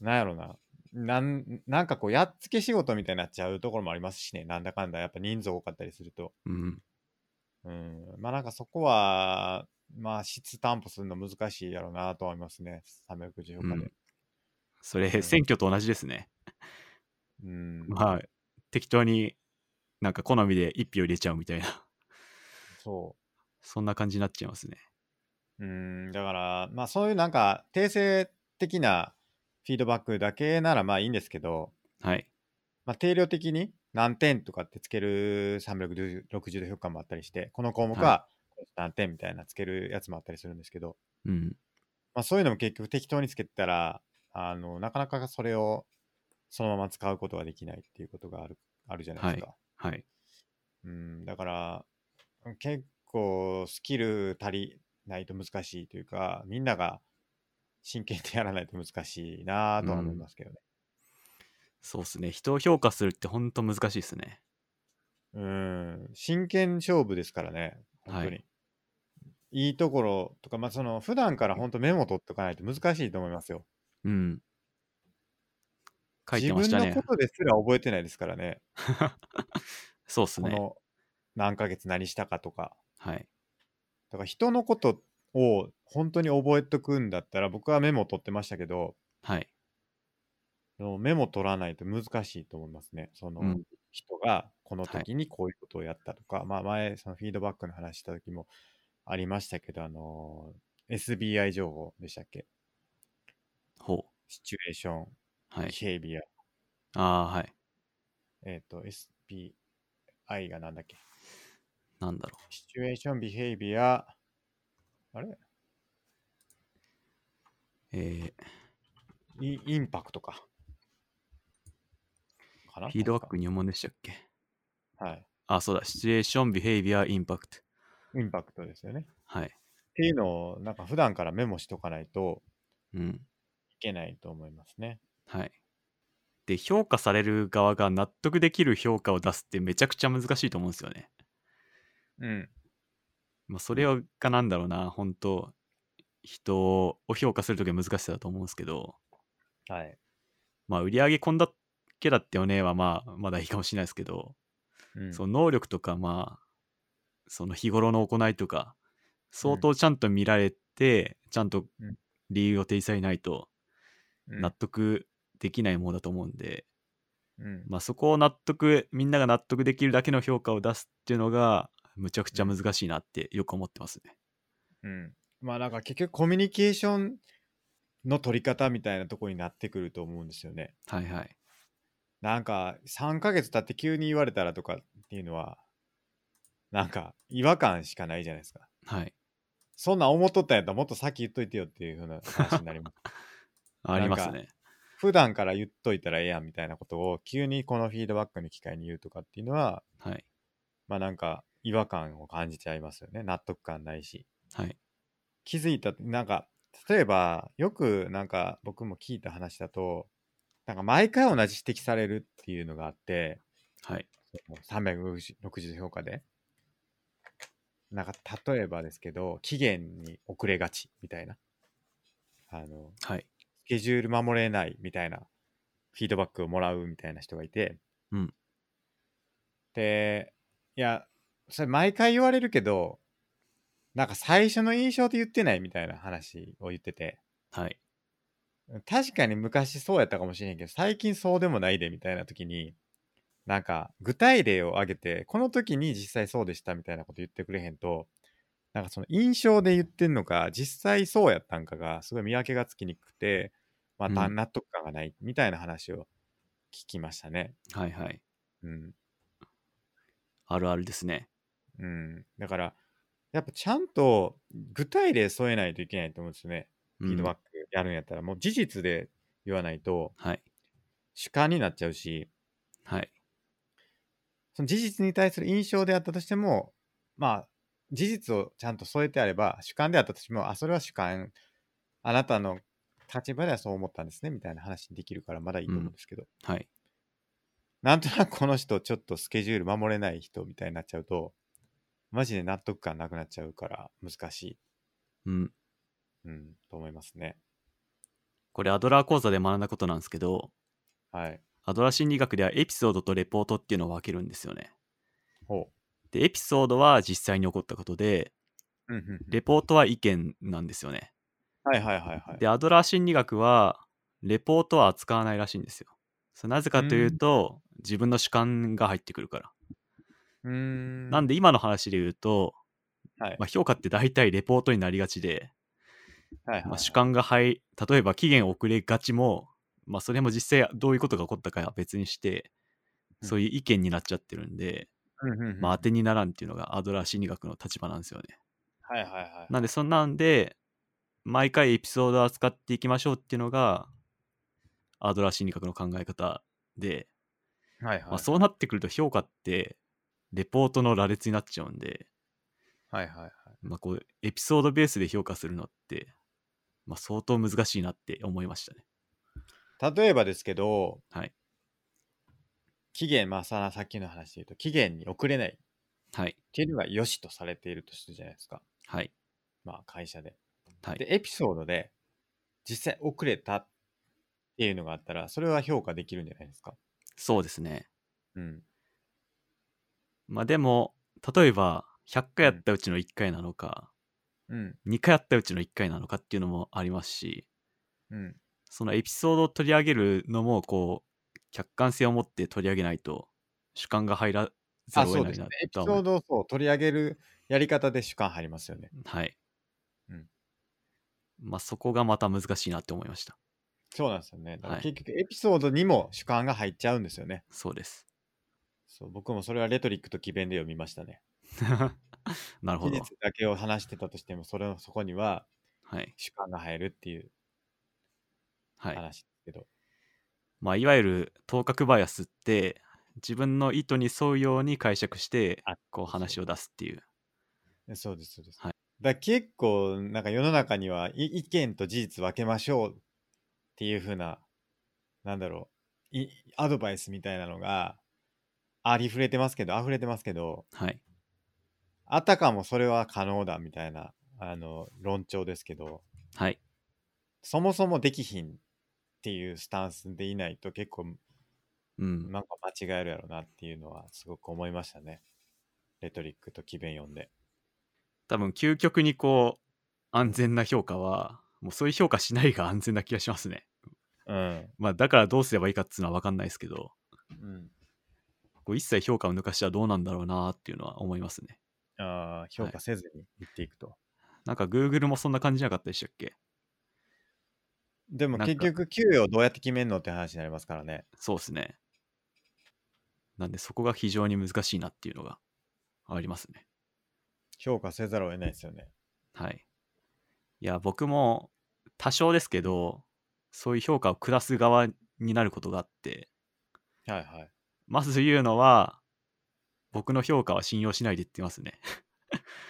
なんやろな。なん、なんかこう、やっつけ仕事みたいになっちゃうところもありますしね。なんだかんだ、やっぱ人数多かったりすると。
うん。
うん。まあ、なんかそこは、まあ、質担保するの難しいやろうなと思いますね。364
う
日
ん
で。、
そうれ、
ん
選挙と同じですね。
うん。
まあ、適当になんか好みで一票入れちゃうみたいな、 (laughs)
そ
そんな感じになっちゃいますね。
う。うん。だから、まあ、そういうなんか、定性的なフィードバックだけならまあいいんですけど、
はい。
まあ、定量的に何点とかってつける360度評価もあったりして、この項目は何点みたいなつけるやつもあったりするんですけど、
うん。
まあ、そういうのも結局適当につけてたら、あのなかなかそれをそのまま使うことができないっていうことがあるあるじゃないですか。
はい。
うんだから結構スキル足りないと難しいというか、みんなが真剣でやらないと難しいなぁとは思いますけどね。
そうですね。人を評価するって本当難しいですね。
うん、真剣勝負ですからね、本当に。、
はい
いところとか、まあ、その普段から本当メモ取っとかないと難しいと思いますよ。
うん。書いてまし
自
た
分
ね
の。ことですら覚えてないですからね、
そうっす
こ
ね。
の何ヶ月何したかとか。
はい。
だから人のことを本当に覚えとくんだったら、僕はメモ取ってましたけど、
はい。
そのメモ取らないと難しいと思いますね。その
うん
人がこの
はい
時にこういうことをやったとか、まあ前、そのフィードバックの話した時もありましたけど、あのー SBI 情報でしたっけ
ほ
シチュエーション、
う。はい。
警備や、
ああ、はい。
えっ、と、SBI がなんだっけ
なんだろ
シチュエーション、ビヘイビア、あれ
う。え
イインパクトか。かな
ー、フィードバッ
確
ク入門でしたっけ
かはい。
あ、そうだ。シチュエーション、ビヘイビア、インパクト。
インパクトですよね。っ
はい。
ていうのを、なんか普段からメモしとかないと
うん。
いけないと思いますね。
はい。で、評価される側が納得できる評価を出すってめちゃくちゃ難しいと思うんですよね。
うん。
まあ、それがなんだろうな、本当人を評価するときは難しさだと思うんですけど、
はい。
まあ、売上こんだけだってよねは、まあ、まだいいかもしれないですけど、
うん
その能力とかまあその日頃の行いとか相当ちゃんと見られて、ちゃんと
うん
理由を提示されないと
うん
納得できないものだと思うんで、
うん
まあ、そこを納得みんなが納得できるだけの評価を出すっていうのがむちゃくちゃ難しいなってよく思ってますね。
うん、まあなんか結局コミュニケーションの取り方みたいなところになってくると思うんですよね。
はいはい。
なんか3ヶ月経って急に言われたらとかっていうのはなんか違和感しかないじゃないですか。
はい。
そんなん思っとったんやったらもっと先言っといてよっていうふうな話になります。
ありますね。
普段から言っといたらええやんみたいなことを急にこのフィードバックの機会に言うとかっていうのは
はい。
まあなんか違和感を感じちゃいますよね。納得感ないし。
はい。
気づいたなんか例えばよくなんか僕も聞いた話だとなんか毎回同じ指摘されるっていうのがあって
はい。
その360度評価でなんか例えばですけど期限に遅れがちみたいなあの
はい。
スケジュール守れないみたいなフィードバックをもらうみたいな人がいて、
うん
でいやそれ毎回言われるけどなんか最初の印象で言ってないみたいな話を言ってて
はい。
確かに昔そうやったかもしれんけど最近そうでもないでみたいな時になんか具体例を挙げてこの時に実際そうでしたみたいなこと言ってくれへんとなんかその印象で言ってんのか実際そうやったんかがすごい見分けがつきにくくてまた
うん
納得感がないみたいな話を聞きましたね。
はいはい。
うん、
あるあるですね。
うん、だからやっぱちゃんと具体例添えないといけないと思うんですよね。
う
フ
ん
ィードバックやるんやったら、もう事実で言わないと
はい。
主観になっちゃうし。
はい。
その事実に対する印象であったとしても、まあ、事実をちゃんと添えてあれば、主観であったとしても、あ、それは主観、あなたの立場ではそう思ったんですね、みたいな話にできるから、まだいいと思うんですけど、
はい。
なんとなくこの人、ちょっとスケジュール守れない人みたいになっちゃうと、マジで納得感なくなっちゃうから、難し
うん。
い、うん、と思いますね。
これ、アドラー講座で学んだことなんですけど、
はい。
アドラー心理学ではエピソードとレポートっていうのを分けるんですよね。
ほ
で、エピソードは実際に起こったことで、
う。うんうんうん
レポートは意見なんですよね。
はいはいはいはい。
で、アドラー心理学は、レポートは扱わないらしいんですよ。それなぜかというと、自分の主観が入ってくるから。
うーん。
なんで、今の話で言うと、
はい
まあ、評価って大体レポートになりがちで、
はいはい
ま
はい
あ、主観が入例えば期限遅れがちも、まあ、それも実際どういうことが起こったかは別にして、
うん
そういう意見になっちゃってるんで、
うんうんうん
まあ、当てにならんっていうのがアドラー心理学の立場なんですよね。
はいはいはい。
なんでそんなんで毎回エピソードを扱っていきましょうっていうのがアドラー心理学の考え方で、
はいはい。
まあ、そうなってくると評価ってレポートの羅列になっちゃうんで、
はいはいはい。
まあ、こうエピソードベースで評価するのって、まあ、相当難しいなって思いましたね。
例えばですけど、
はい
期限、まあささっきの話で言うと、期限に遅れないっ
はい
ていうのが良しとされているとするじゃないですか。
はい
まあ会社で。
はい
で、エピソードで実際遅れたっていうのがあったら、それは評価できるんじゃないですか。
そうですね。
うん。
まあでも例えば100回やったうちの1回なのか、
うん。
2回やったうちの1回なのかっていうのもありますし
うん。
そのエピソードを取り上げるのもこう客観性を持って取り上げないと主観が入らざ
あ、
るを
そうで
得ない
す
な
ね。エピ
と
ソ
は思
ー
い
ドをそう取り上げるやり方で主観入りますよね。
はい、
うん
まあそこがまた難しいなって思いました (laughs)
そうなんですよね。だから
はい
結局エピソードにも主観が入っちゃうんですよね。
そうです
そう僕もそれはレトリックと奇弁で読みましたね。
なるほ
事
ど
実だけを話してたとしても、それのそこには
はい
主観が入るっていう
はい
話ですけど、
まあいわゆる頭角バイアスって自分の意図に沿うように解釈して
あ
こう話を出すっていう
そうですそうです、
はい
だから結構なんか世の中にはい意見と事実分けましょうっていう風ななんだろういアドバイスみたいなのがありふれてますけど溢れてますけど
はい
あたかもそれは可能だみたいなあの論調ですけど
はい
そもそもできひんっていうスタンスでいないと結構
うん
なんか間違えるやろなっていうのはすごく思いましたねレトリックと奇弁読んで
多分究極にこう安全な評価はもうそういう評価しないが安全な気がしますね
うん
まあだからどうすればいいかっつうのは分かんないですけど
うん。
こう一切評価を抜かしたらどうなんだろうなっていうのは思いますね。
あー評価せずに言っていくと。
なんか Google もそんな感じじゃなかったでしたっけ
でも
なんか
結局、給与をどうやって決めるのって話になりますからね。
そうですね。なんでそこが非常に難しいなっていうのがありますね。
評価せざるを得ないですよね。
はい。いや、僕も多少ですけど、そういう評価を下す側になることがあって、
はいはい。
まず言うのは、僕の評価は信用しないでって言ってますね。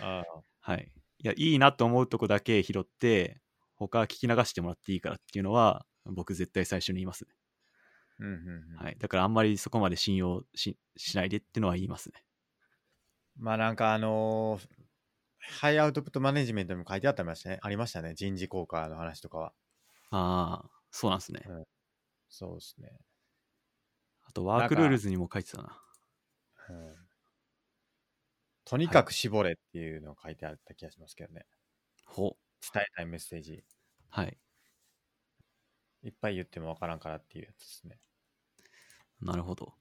あ
はい。いや、いいなと思うとこだけ拾って、他は聞き流してもらっていいからっていうのは、僕絶対最初に言いますね。
ーうんうんうん
はい。だからあんまりそこまで信用ししないでっていうのは言いますね。
まあなんかあのーハイアウトプットマネジメントにも書いてあったりましたね。ありましたね。人事効果の話とかは。
ああ、そうなんですね。
そうですね。
あと、ワークルールズにも書いてたな。
うんとにかく絞れっていうのを書いてあった気がしますけどね。
ほ
伝えたいメッセージ。
はい。
いっぱい言ってもわからんからっていうやつですね。
なるほど。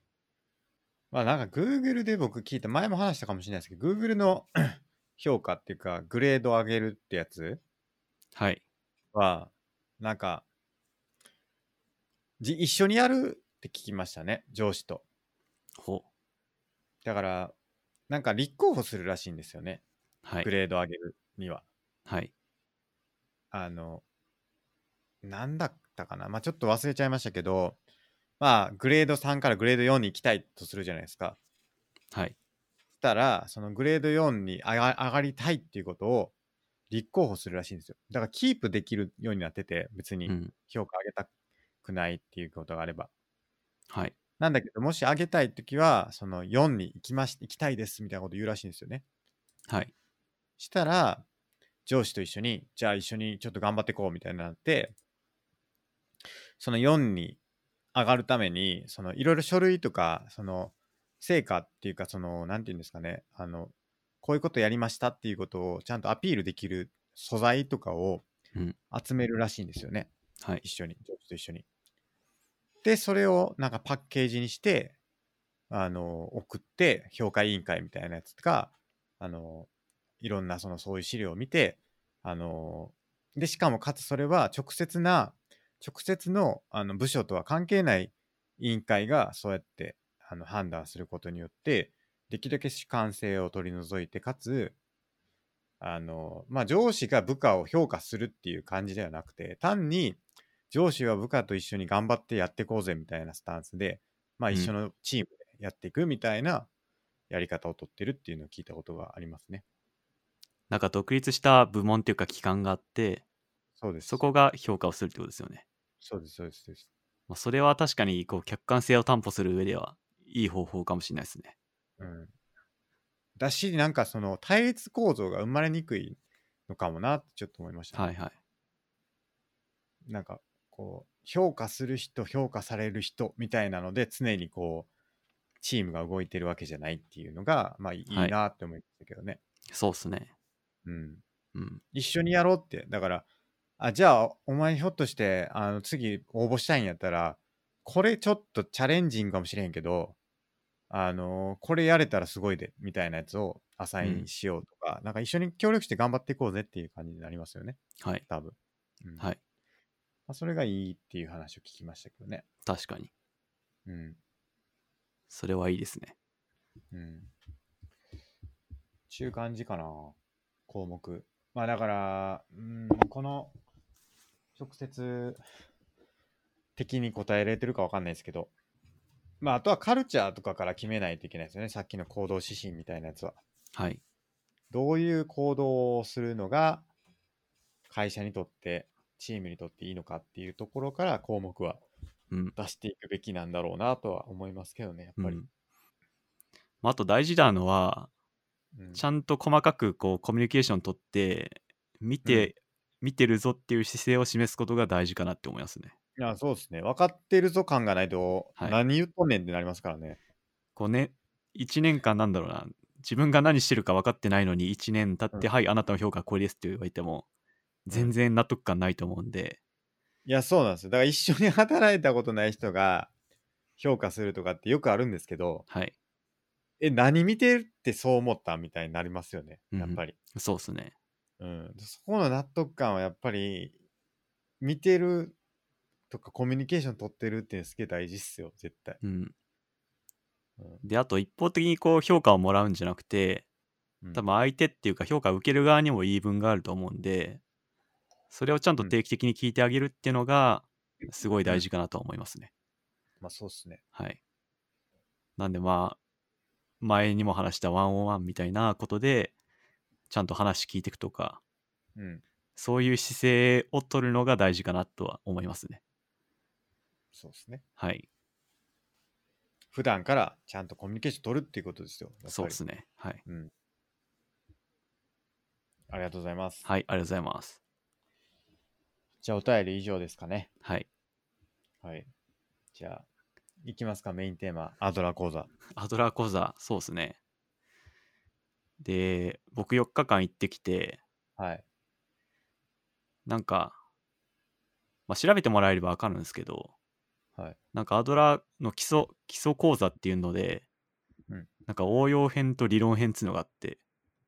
まあなんか Google で僕聞いた、前も話したかもしれないですけど、Google の (coughs) 評価っていうか、グレードを上げるってやつ
はい。
は、なんか、じ一緒にやるって聞きましたね、上司と。
ほ
だから、なんか立候補するらしいんですよね、
はい
グ。レード上げるには。
はい。
あの、なんだったかな、まあ、ちょっと忘れちゃいましたけど、まあ、グレード3からグレード4に行きたいとするじゃないですか。
はい。
したら、そのグレード4に上が上がりたいっていうことを立候補するらしいんですよ。だから、キープできるようになってて、別
う
に
ん。
評価上げたくないっていうことがあれば。
はい。
なんだけど、もし上げたいときは、その4に行きまし、行きたいですみたいなこと言うらしいんですよね。
はい。
したら、上司と一緒に、じゃあ一緒にちょっと頑張ってこうみたいになって、その4に上がるために、そのいろいろ書類とか、その成果っていうか、その、なんていうんですかね、あの、こういうことやりましたっていうことをちゃんとアピールできる素材とかを
うん
集めるらしいんですよね。
はい。
一緒に、上司と一緒に。で、それをなんかパッケージにして、あの、送って、評価委員会みたいなやつとか、あの、いろんなその、そういう資料を見て、あの、で、しかもかつそれは直接な、直接のあの部署とは関係ない委員会がそうやってあの判断することによって、できるだけ主観性を取り除いて、かつ、あの、まあ、上司が部下を評価するっていう感じではなくて、単に上司は部下と一緒に頑張ってやっていこうぜみたいなスタンスで、まあ、
うん
一緒のチームでやっていくみたいなやり方を取ってるっていうのを聞いたことがありますね。
なんか独立した部門っていうか機関があって、
そうです。
そこが評価をするってことですよね。
そうです、そうです。そうです
まあ、それは確かにこう客観性を担保する上ではいい方法かもしれないですね。
うん。だし、なんかその対立構造が生まれにくいのかもなってちょっと思いましたね、
はいはい。
なんかこう評価する人評価される人みたいなので常にこうチームが動いてるわけじゃないっていうのがまあいい
はい
なって思いましたけどね、
そうっすね。
うん、
うん。
一緒にやろうってだからあじゃあお前ひょっとしてあの次応募したいんやったらこれちょっとチャレンジングかもしれんけどあのこれやれたらすごいでみたいなやつをアサインしようとか、なんか一緒に協力して頑張っていこうぜっていう感じになりますよね
はい。
多分、うん
はい。
まあ、それがいいっていう話を聞きましたけどね
確かに。
うん
それはいいですね。
うん。ちゅう感じかな、項目。まあだから、うん、この、直接的に答えられてるかわかんないですけど、まああとはカルチャーとかから決めないといけないですよね、さっきの行動指針みたいなやつは。
はい。
どういう行動をするのが、会社にとって、チームにとっていいのかっていうところから項目は
うん。
出していくべきなんだろうなとは思いますけどね、やっぱり。
うんまあ、あと大事なのは、
うん
ちゃんと細かくこうコミュニケーション取って、見て、見てるぞっていう姿勢を示すことが大事かなって思いますね。
いや、そうですね。分かってるぞ感がないと、
はい
何言っとんねんってなりますからね。
こうね、1年間なんだろうな、自分が何してるか分かってないのに1年経って、
うん
はい、あなたの評価はこれですって言われても、全然納得感ないと思うんで、
(laughs) いや、そうなんですよ。だから一緒に働いたことない人が、評価するとかってよくあるんですけど、
はい。
え、何見てってそう思ったみたいになりますよね、やっぱり。
そうですね。
うん、そこの納得感はやっぱり、見てるとかコミュニケーション取ってるっていうのすげえ大事っすよ、絶対。
うん。
うん
で、あと一方的にこう評価をもらうんじゃなくて、
うん
多分相手っていうか評価を受ける側にも言い分があると思うんで、それをちゃんと定期的に聞いてあげるっていうのが、すごい大事かなとは思いますね。
まあそうっすね。
はい。なんでまあ、前にも話したワンオンワンみたいなことで、ちゃんと話聞いていくとか、
うん、
そういう姿勢を取るのが大事かなとは思いますね。
そうっすね。
はい。
普段からちゃんとコミュニケーション取るっていうことですよ。やっぱり
そうですね。はい。
うん。ありがとうございます。
はい、ありがとうございます。
じゃあお便り以上ですかね。
はい。
はい。じゃあ、いきますか、メインテーマ、アドラー講座。
アドラー講座、そうですね。で、僕4日間行ってきて、
はい。
なんか、まあ、調べてもらえればわかるんですけど、
はい。
なんかアドラーの基礎、基礎講座っていうので、
うん
なんか応用編と理論編っつうのがあって、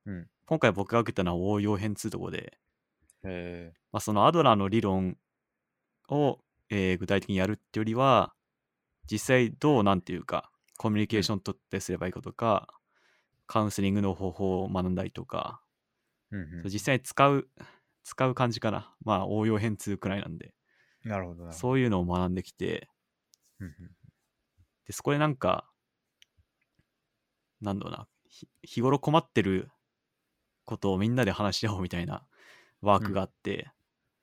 うん。
今回僕が受けたのは応用編っつうとこで、
え
まあ、そのアドラーの理論を、えー具体的にやるってよりは実際どうなんていうかコミュニケーション取ってすればいいことか、カウンセリングの方法を学んだりとか、
ー、うん
そうう実際に使う使う感じかなまあ応用編通くらいなんで
ん。なるほどなるほど。
そういうのを学んできて
うんうん
でそこでなんかなんだろうなひ日頃困ってることをみんなで話し合おうみたいなワークがあって、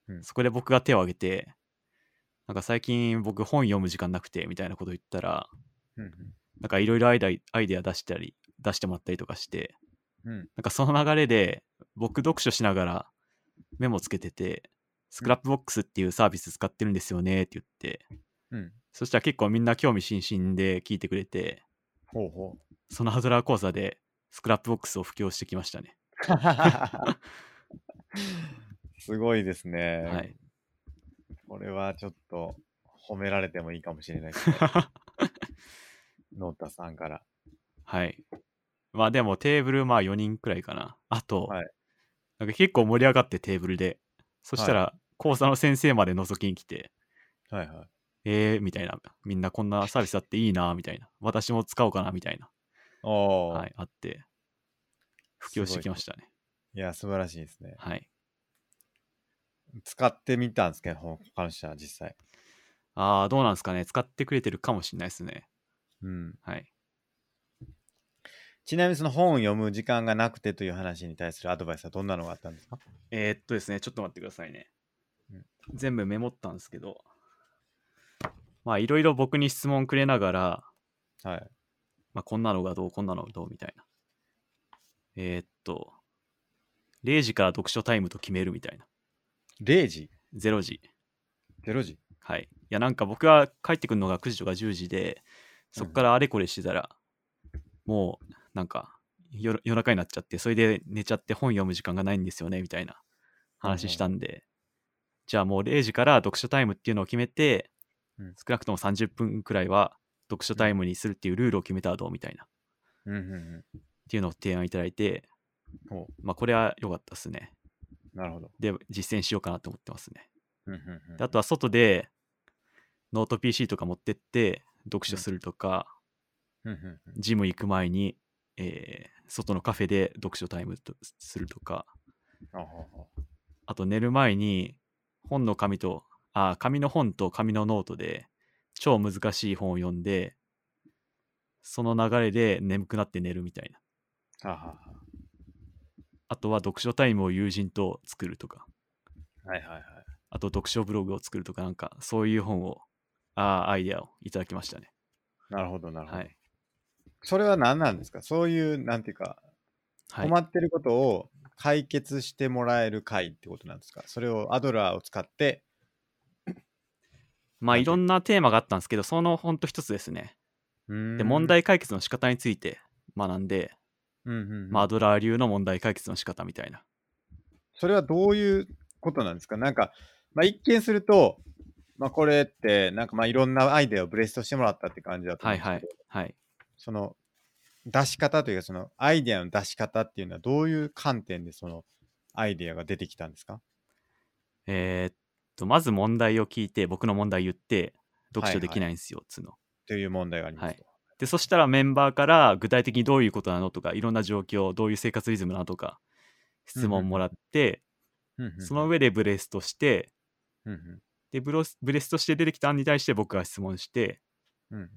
うんうん
そこで僕が手を挙げてなんか最近僕本読む時間なくてみたいなこと言ったら
うん
なんかいろいろアイデアアイデア出したり出してもらったりとかして
うんうん。
なんかその流れで僕読書しながらメモつけててスクラップボックスっていうサービス使ってるんですよねって言って
うん。
そしたら結構みんな興味津々で聞いてくれて
ほうほう。
そのアドラー講座でスクラップボックスを布教してきましたね。
(laughs) すごいですね。
はい。 (laughs)
これはちょっと褒められてもいいかもしれない (laughs) ですね。ノータさんから。
はい。まあでもテーブルまあ4人くらいかな。あと、
はい
なんか結構盛り上がってテーブルで。そしたら講座の先生まで覗きに来て、
はいはい。
えーみたいな。みんなこんなサービスあっていいなみたいな。私も使おうかなみたいな。
おー、、
はいい。あって、布教してきましたね。
や、素晴らしいですね。
はい。
使ってみたんですけど、他の人は実際。
ああ、どうなんですかね。使ってくれてるかもしれないですね。
うん。
はい。
ちなみにその本を読む時間がなくてという話に対するアドバイスはどんなのがあったんですか
えーっとですね、ちょっと待ってくださいね
うん。
全部メモったんですけど、まあ、いろいろ僕に質問くれながら、
はい。
まあ、こんなのがどう、こんなのがどうみたいな。えーっと、0時から読書タイムと決めるみたいな。
0時
0時。
?0 時
はい。いや、なんか僕が帰ってくるのが9時とか10時で、そこからあれこれしてたら、もう、なんか夜、夜中になっちゃって、それで寝ちゃって本読む時間がないんですよね、みたいな話したんで、じゃあもう0時から読書タイムっていうのを決めて、
うん
少なくとも30分くらいは読書タイムにするっていうルールを決めたらどうみたいな、っ
うんうんう
ていうのを提案いただいて、
ん。ほ
まあ、これは良かったですね。
う。なるほど。
で、実践しようかなと思ってますね。
うんうんうん
であとは外でノート PC とか持ってって読書するとか、
うんうんうん
ジム行く前に、えー外のカフェで読書タイムとするとか
あはは
あと寝る前に本の紙とあ紙の本と紙のノートで超難しい本を読んでその流れで眠くなって寝るみたいな
あはは
あとは読書タイムを友人と作るとか
はいはいはい。
あと読書ブログを作るとかなんかそういう本をあーアイデアをいただきましたね
なるほどなるほど。
はい、
それは何なんですかそういう、なんていうか、
はい、
困ってることを解決してもらえる会ってことなんですかそれをアドラーを使って、
まあ
なん
い
ていう
ろんなテーマがあったんですけど、そのほんと一つですね。で、
で
問、題解決の仕方について学んで、
うんうんうん
まあアドラー流の問題解決の仕方みたいな。
それはどういうことなんですかなんか、まあ、一見すると、まあ、これって、なんかまあいろんなアイデアをブレストしてもらったって感じだと思
は
うん
い
ですけど、
はいはい
その出し方というか、そのアイデアの出し方っていうのは、どういう観点でそのアイデアが出てきたんですか
えーっとまず問題を聞いて僕の問題言って読書で
はいは
き
い
ないんですよ、つうの
という問題がありますと。
でそしたらメンバーから具体的にどういうことなのとかいろんな状況どういう生活リズムなのとか質問もらって、
うんうんうん
その、上でブレストして
うんうん
でブロスブレストして出てきた案に対して僕が質問して
うんうん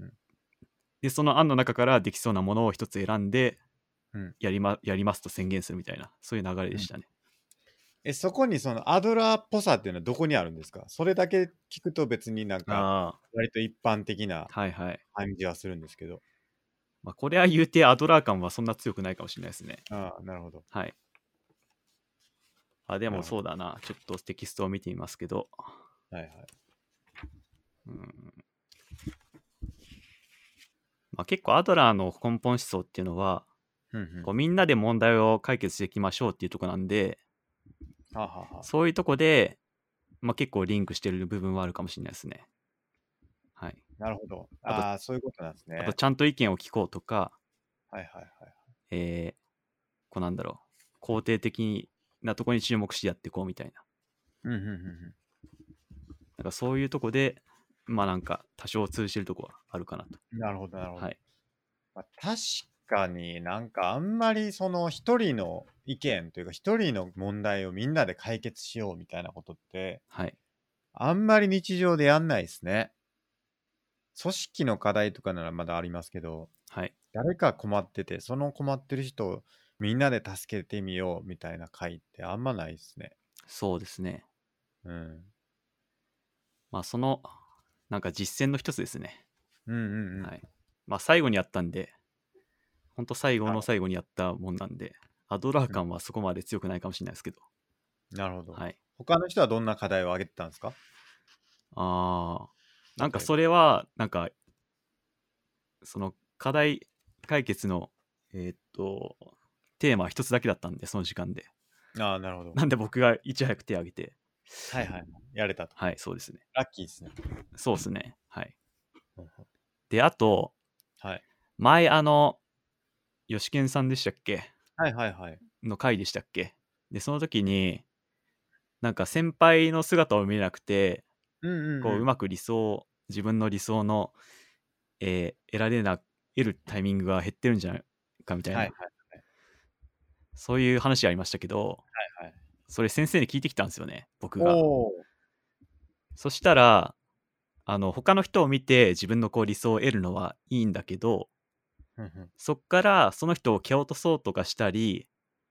でその案の中からできそうなものを一つ選んで
うん
やり,、ま、やりますと宣言するみたいなそういう流れでしたね、
えそこにそのアドラーっぽさっていうのはどこにあるんですかそれだけ聞くと別になんか
あ
割と一般的な
あはいはい、
感じはするんですけど。
まあ、これは言うてアドラー感はそんな強くないかもしれないですね
ああ、なるほど。
はいあで
な
も
るほ
そうだなちょっとテキストを見てみますけど
はいはい。
うんまあ、結構アドラーの根本思想っていうのは、
うんうん
こうみんなで問題を解決していきましょうっていうとこなんで
はあはあはあ
そういうとこで、まあ、結構リンクしてる部分はあるかもしれないですね。はい、
なるほど。
あと
ああ、そういうことなんですね。
あ
はい
とちゃんと意見を聞こうとか、
はいはい。
えー、こうなんだろう肯定的なとこに注目してやっていこうみたい
う
な
んうんうんうん
なんかそういうとこでまあなんか多少通じてるとこはあるかなと。
なるほど、なるほど。
はい、
まあ、確かになんかあんまりその一人の意見というか一人の問題をみんなで解決しようみたいなことって
はい、
あんまり日常でやんないですね。組織の課題とかならまだありますけど、
はい、
誰か困ってて、その困ってる人をみんなで助けてみようみたいな会ってあんまないですね。
そうですね。
うん。
まあそのなんか実践の一つですね。
うんうんうん。
はい。まあ最後にやったんで、ほんと最後の最後にやったもんなんで、アドラー感はそこまで強くないかもしれないですけど、
なるほど、
はい。
他の人はどんな課題を挙げてたんですか
あー、なんかそれは、なんか、その課題解決の、えーっと、テーマは一つだけだったんで、その時間で。 (laughs)
ああ、なるほど。
なんで僕がいち早く手を挙げて、
はいはい。やれたと。
はい、そうですね。
ラッキーですね。
そうですね。はい。
うん
で、あと、
はい。
前、あの、吉健さんでしたっけ
はいはいはい。
の回でしたっけでその時になんか先輩の姿を見れなくて
うんうん、うん。
こううまく理想自分の理想の、えー得られな得るタイミングが減ってるんじゃないかみたいな、
はいはい
そういう話がありましたけど、
はいはい
それ先生に聞いてきたんですよね僕が
おお
そしたらあの他の人を見て自分のこう理想を得るのはいいんだけ
ー。
ど
うん
そっからその人を蹴落とそうとかしたり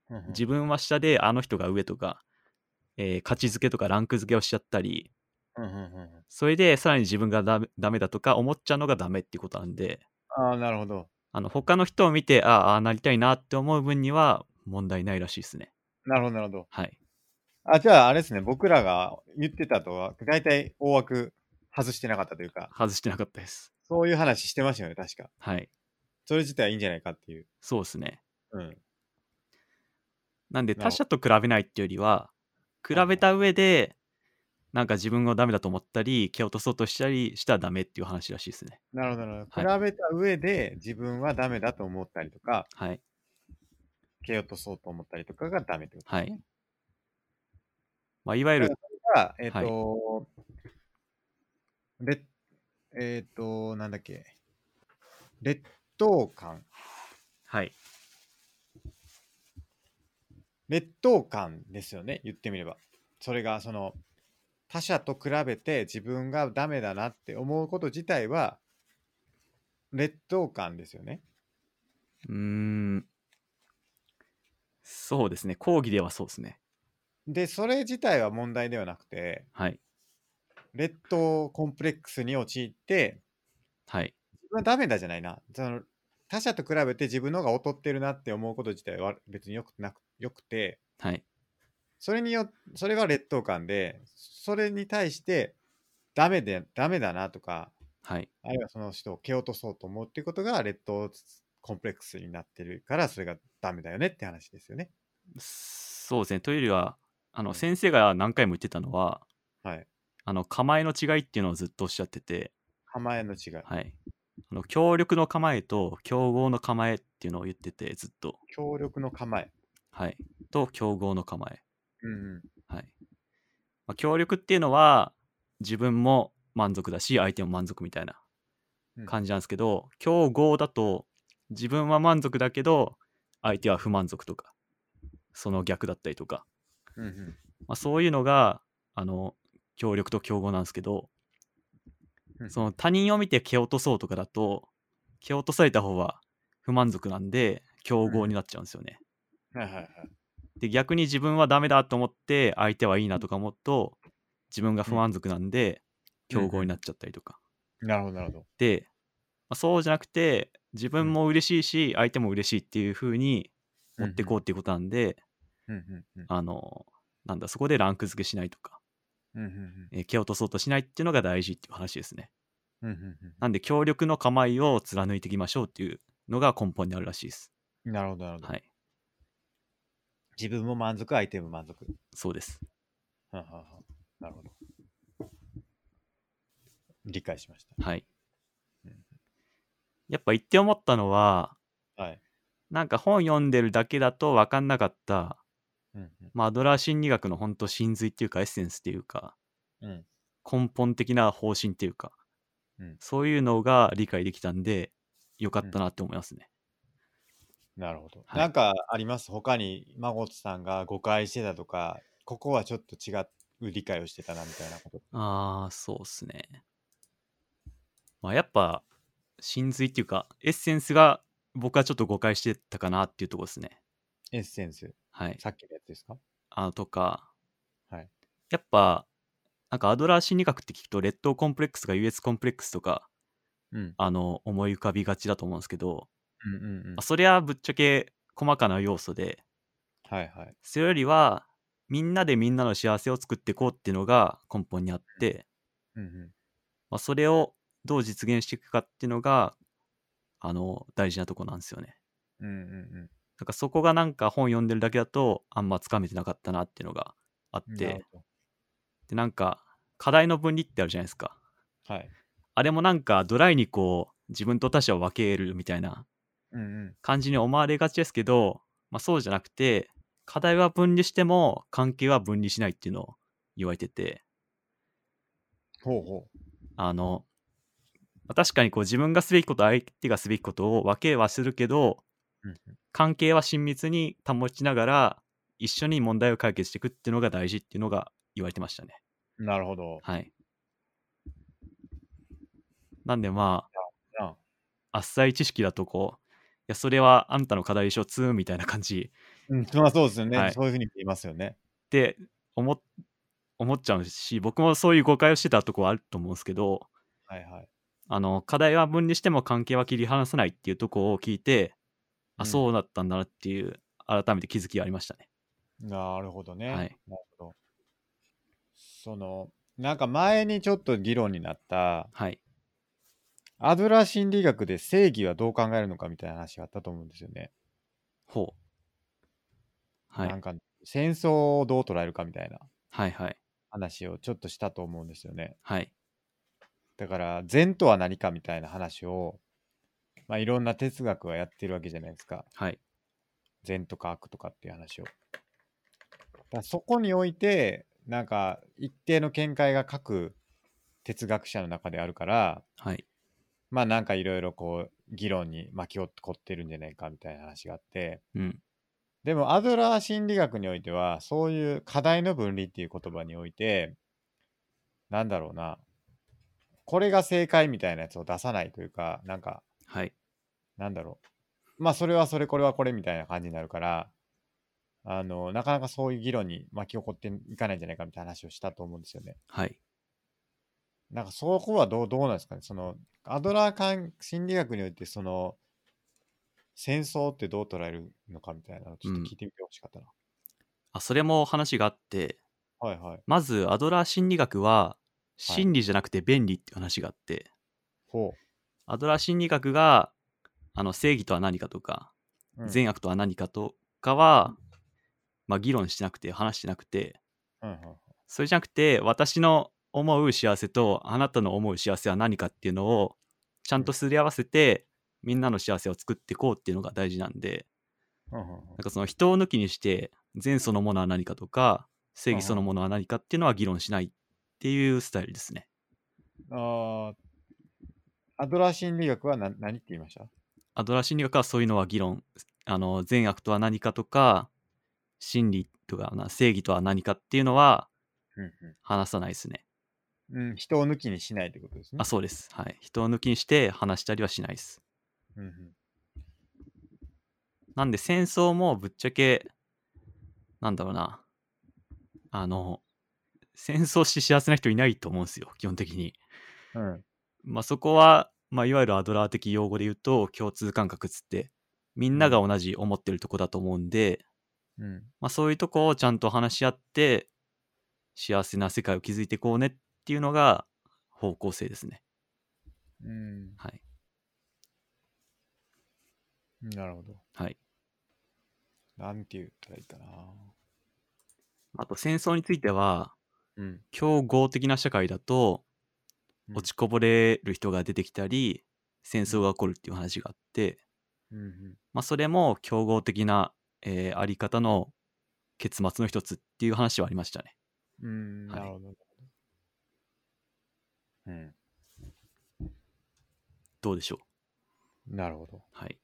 うんうんうん
自分は下であの人が上とか、えー価値づけとかランク付けをしちゃったり
うんうんうん
それでさらに自分がダメダメだとか思っちゃうのがダメっていうことなんで
ああ、なるほど。
あの他の人を見てああああなりたいなって思う分には問題ないらしいですね
なるほど、なるほど。
はい
あ、じゃあ、あれですね、僕らが言ってたとは、大体大枠外してなかったというか、
外してなかったです
そういう話してましたよね、確か。
はい
それ自体はいいんじゃないかっていう。
そうですね
うん。
なんで
なる
他
ほ
者と比べないっていうよりは比べた上でなんか自分をダメだと思ったり蹴落とそうとしたりしたらダメっていう話らしいですね
なるほど、なるほど。
は
比べた上で、自分はダメだと思ったりとか、
はい
蹴落とそうと思ったりとかがダメってこと
は
です
い
ね。
まあいわゆる
が、えっ、と、れえっ、と、なんだっけ、劣等感。
はい
劣等感ですよね、言ってみれば。それが、その、他者と比べて自分がダメだなって思うこと自体は、劣等感ですよね。
うーんそうですね講義ではそうですね
で、それ自体は問題ではなくて、
はい
劣等コンプレックスに陥って、
はい
自分はダメだじゃないな。その他者と比べて自分の方が劣ってるなって思うこと自体は別によくなくよくて、
はい
それによそれが劣等感で、それに対してダメでダメだなとか、
はい
あるいはその人を蹴落とそうと思うっていうことが劣等コンプレックスになってるから、それがダメだよねって話ですよね。
そうですね。というよりは、あ
う
の
ん
先生が何回も言ってたのは、
はい。
あの構えの違いっていうのをずっとおっしゃってて、
構えの違い。
はい、あの協力の構えと競合の構えっていうのを言っててずっと、
協力の構え。
はい、と競合の構え、
うんうん。
はいまあ、協力っていうのは自分も満足だし相手も満足みたいな
うん
感じなんですけど、競合だと自分は満足だけど相手は不満足とかその逆だったりとか、
うんうん
まあ、そういうのがあの協力と競合なんですけど、
うん
その他人を見て蹴落とそうとかだと蹴落とされた方は不満足なんで競合になっちゃうんですよね。
はいはいはい。
で逆に自分はダメだと思って相手はいいなとか思うと自分が不満足なんで
うん
競合になっちゃったりとか。
なるほどなるほど。
で、まあ、そうじゃなくて自分も嬉しいし相手も嬉しいっていう風に持ってこうっていうことなんで、
うんうんうん
あのなんだそこでランク付けしないとか、
うんうん
えー蹴落とそうとしないっていうのが大事っていう話ですね。
うんうんうん
なんで協力の構えを貫いていきましょうっていうのが根本にあるらしいです。
うんなるほどなるほど。
はい、
自分も満足、相手も満足。
そうです。
はんはんはんなるほど。理解しまし
はい
うん。
やっぱ言って思ったのは、
た。はい。
なんか本読んでるだけだと分かんなかった、
うんうん
まあ、アドラー心理学の本当真髄っていうかエッセンスっていうか
うん
根本的な方針っていうか、
うん
そういうのが理解できたんでよかったなって思いますね。
なるほど。
はい
なんかあります他に、まごさんが誤解してたとか、ここはちょっと違う理解をしてたなみたいなこと。
ああそうっすね。まあ、やっぱ真髄っていうかエッセンスが僕はちょっと誤解してたかなっていうところですね。
エッセンス、
はい、
さっきのやつですか
あとか、
はい
やっぱなんかアドラー心理学って聞くと劣等コンプレックスが優越コンプレックスとか
うん。
あの思い浮かびがちだと思うんですけど、
うんうんうん
まあ、。それはぶっちゃけ細かな要素で
はいはい。
それよりはみんなでみんなの幸せを作っていこうっていうのが根本にあって、
うんうん
まあ、それをどう実現していくかっていうのがあの大事なとこなんですよね。
うんうん
だからそこがなんか本読んでるだけだとあんまつかめてなかったなっていうのがあっ
うん。な
て
るほ
でなんか課題の分離ってあるじゃないですか。
どはい。
あれもなんかドライにこう自分と他者を分けるみたいな
うんうん。
感じに思われがちですけど、まあ、そうじゃなくて課題は分離しても関係は分離しないっていうのを言われてて
ほうほ
あのまあ確かにこう自分がすべきこと相手がすべきことを分けはするけど
う。うん
関係は親密に保ちながら一緒に問題を解決していくっていうのが大事っていうのが言われてましたね
うんなるほど。
はいなんでま
な
あ浅い知識だとこういやそれはあんたの課題でしょつーんみたいな感じ
うん、まあそうですよね、
はい
そういうふうに言いますよね。
って思っ思っちゃうし僕もそういう誤解をしてたとこはあると思うんですけど
はいはい。
あの課題は分離しても関係は切り離さないっていうとこを聞いて、
う
あ
ん
そうだったんだなっていう改めて気づきがありましたね。
なるほどね。
はい
なるほど。その、なんか前にちょっと議論になった、
はい
アドラー心理学で正義はどう考えるのかみたいな話があったと思うんですよね。
ほうはい
なんか戦争をどう捉えるかみたいな
はいはい
話をちょっとしたと思うんですよね。
はい
だから善とは何かみたいな話を、まあ、いろんな哲学はやってるわけじゃないですか。
はい
善とか悪とかっていう話を。だからそこにおいてなんか一定の見解が各哲学者の中であるから
はい
まあなんかいろいろこう議論に巻き起こってるんじゃないかみたいな話があって
うん
でもアドラー心理学においてはそういう課題の分離っていう言葉においてなんだろうなこれが正解みたいなやつを出さないというかなんか
はい
なんだろう。まあ、それはそれ、これはこれみたいな感じになるから、あの、なかなかそういう議論に巻き起こっていかないんじゃないかみたいな話をしたと思うんですよね。
はい
なんかそこはどう、どうなんですかね。その、アドラー感心理学において、その、戦争ってどう捉えるのかみたいなのをちょっと
うん
聞いてみてほしかったな。
あそれも話があって
はいはい。
まずアドラー心理学は心理じゃなくて便利っていう話があって、
ほ
アドラー心理学があの正義とは何かとか
う。うん、
善悪とは何かとかは、まあ、議論してなくて話してなくて
うんうん
それじゃなくて私の思う幸せとあなたの思う幸せは何かっていうのをちゃんとすり合わせてみんなの幸せを作っていこうっていうのが大事なんで
うんうんうん
なんかその人を抜きにして善そのものは何かとか正義そのものは何かっていうのは議論しないっていうスタイルですね。
あーアドラー心理学は何何って言いました
アドラー心理学はそういうのは議論あの善悪とは何かとか真理とかな正義とは何かっていうのは
うん
話さないですね。
うん、うん、人を抜きにしないってことですね
あ。そうです。はい。人を抜きにして話したりはしないです。
うんうん
なんで戦争もぶっちゃけ、なんだろうな。あの、戦争して幸せな人いないと思うんですよ、基本的に。
うん
まあそこは、まあいわゆるアドラー的用語で言うと共通感覚っつって、みんなが同じ思ってるとこだと思うんで、
うん
まあそういうとこをちゃんと話し合って、幸せな世界を築いていこうねっていうのが方向性ですね。
うん
はい。
なるほど。
はい。
なんて言ったらいいかな。
あと戦争については、
うん。
競合的な社会だと
うん
落ちこぼれる人が出てきたり戦争が起こるっていう話があって、
うんうん
まあ、それも競合的な、えーあり方の結末の一つっていう話はありましたね。
うん、
はい
なるほど。うん、
どうでしょう
なるほど。
はい。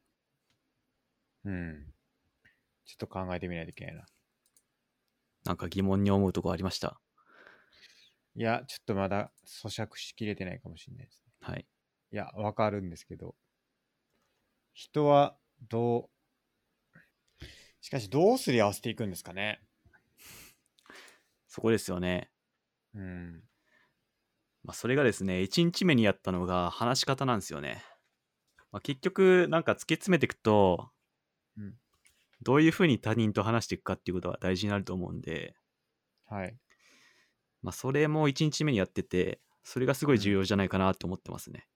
うん。ちょっと考えてみないといけないな。
なんか疑問に思うとこありました。
いや、ちょっとまだ咀嚼しきれてないかもしれないですね。
はい。
いや、わかるんですけど、人はどう、しかしどうすり合わせていくんですかね。
そこですよね。
うん。
まあ、それがですね、1日目にやったのが話し方なんですよね。まあ、結局、なんか突き詰めていくと、
うん
どういうふうに他人と話していくかっていうことが大事になると思うんで、
はい。
まあ、それも1日目にやってて、それがすごい重要じゃないかなと思ってますね。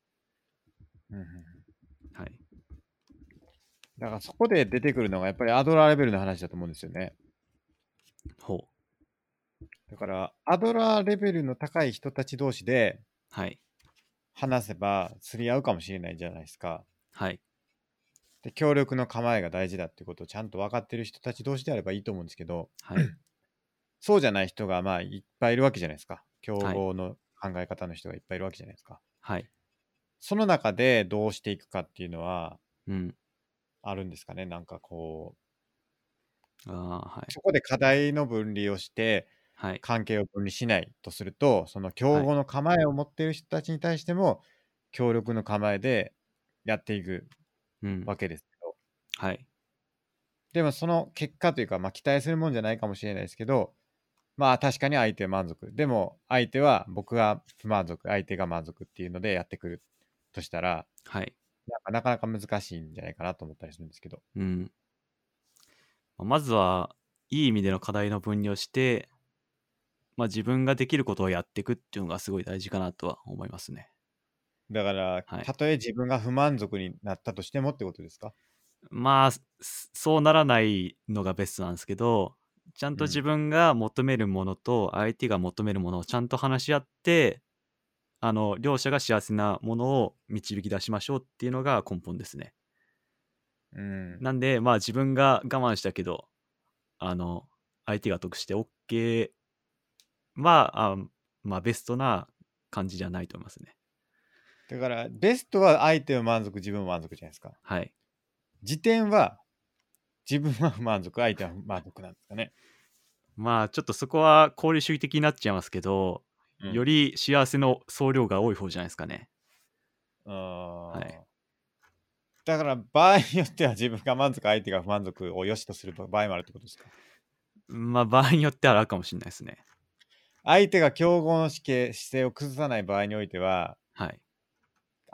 うんうんうん
はい。
だからそこで出てくるのがやっぱりアドラーレベルの話だと思うんですよね。
ほう。
だから、アドラーレベルの高い人たち同士で
はい。
話せばすり合うかもしれないじゃないですか。
はい。
で、協力の構えが大事だってことをちゃんと分かってる人たち同士であればいいと思うんですけど、
はい。
そうじゃない人がまあいっぱいいるわけじゃないですか。競
はい
合の考え方の人がいっぱいいるわけじゃないですか。
はい。
その中でどうしていくかっていうのは
うん。
あるんですかね。なんかこ
ああ、は
う、
い。
そこで課題の分離をして、
はい。
関係を分離しないとすると、その競合の構えを持っている人たちに対しても、協力の構えでやっていく
うん。
わけですけど、
はい。
でもその結果というか、まあ、期待するもんじゃないかもしれないですけど、まあ確かに相手は満足。でも相手は僕が不満足、相手が満足っていうのでやってくるとしたら、
はい。
なんかなかなか難しいんじゃないかなと思ったりするんですけど。
うん。まあまずは、いい意味での課題の分離をして、まあ、自分ができることをやっていくっていうのがすごい大事かなとは思いますね。
だから、
はい
たとえ自分が不満足になったとしてもってことですか
まあ、すそうならないのがベストなんですけど、ちゃんと
うん
自分が求めるものと相手が求めるものをちゃんと話し合って、あの、両者が幸せなものを導き出しましょうっていうのが根本ですね。
うん。
なんで、まあ自分が我慢したけど、あの、相手が得して OK は、あまあベストな感じじゃないと思いますね。
だから、ベストは相手は満足、自分は満足じゃないですか。
はい。
時点は自分は不満足、相手は不満足なんですかね。
まあちょっとそこは功利主義的になっちゃいますけど、よ
り、
り幸せの総量が多い方じゃないですかね。
はいだから場合によっては自分が満足、相手が不満足を良しとする場合もあるってことですか。
まあ場合によってはあるかもしれないですね。
相手が競合の姿勢姿勢を崩さない場合においては、
はい。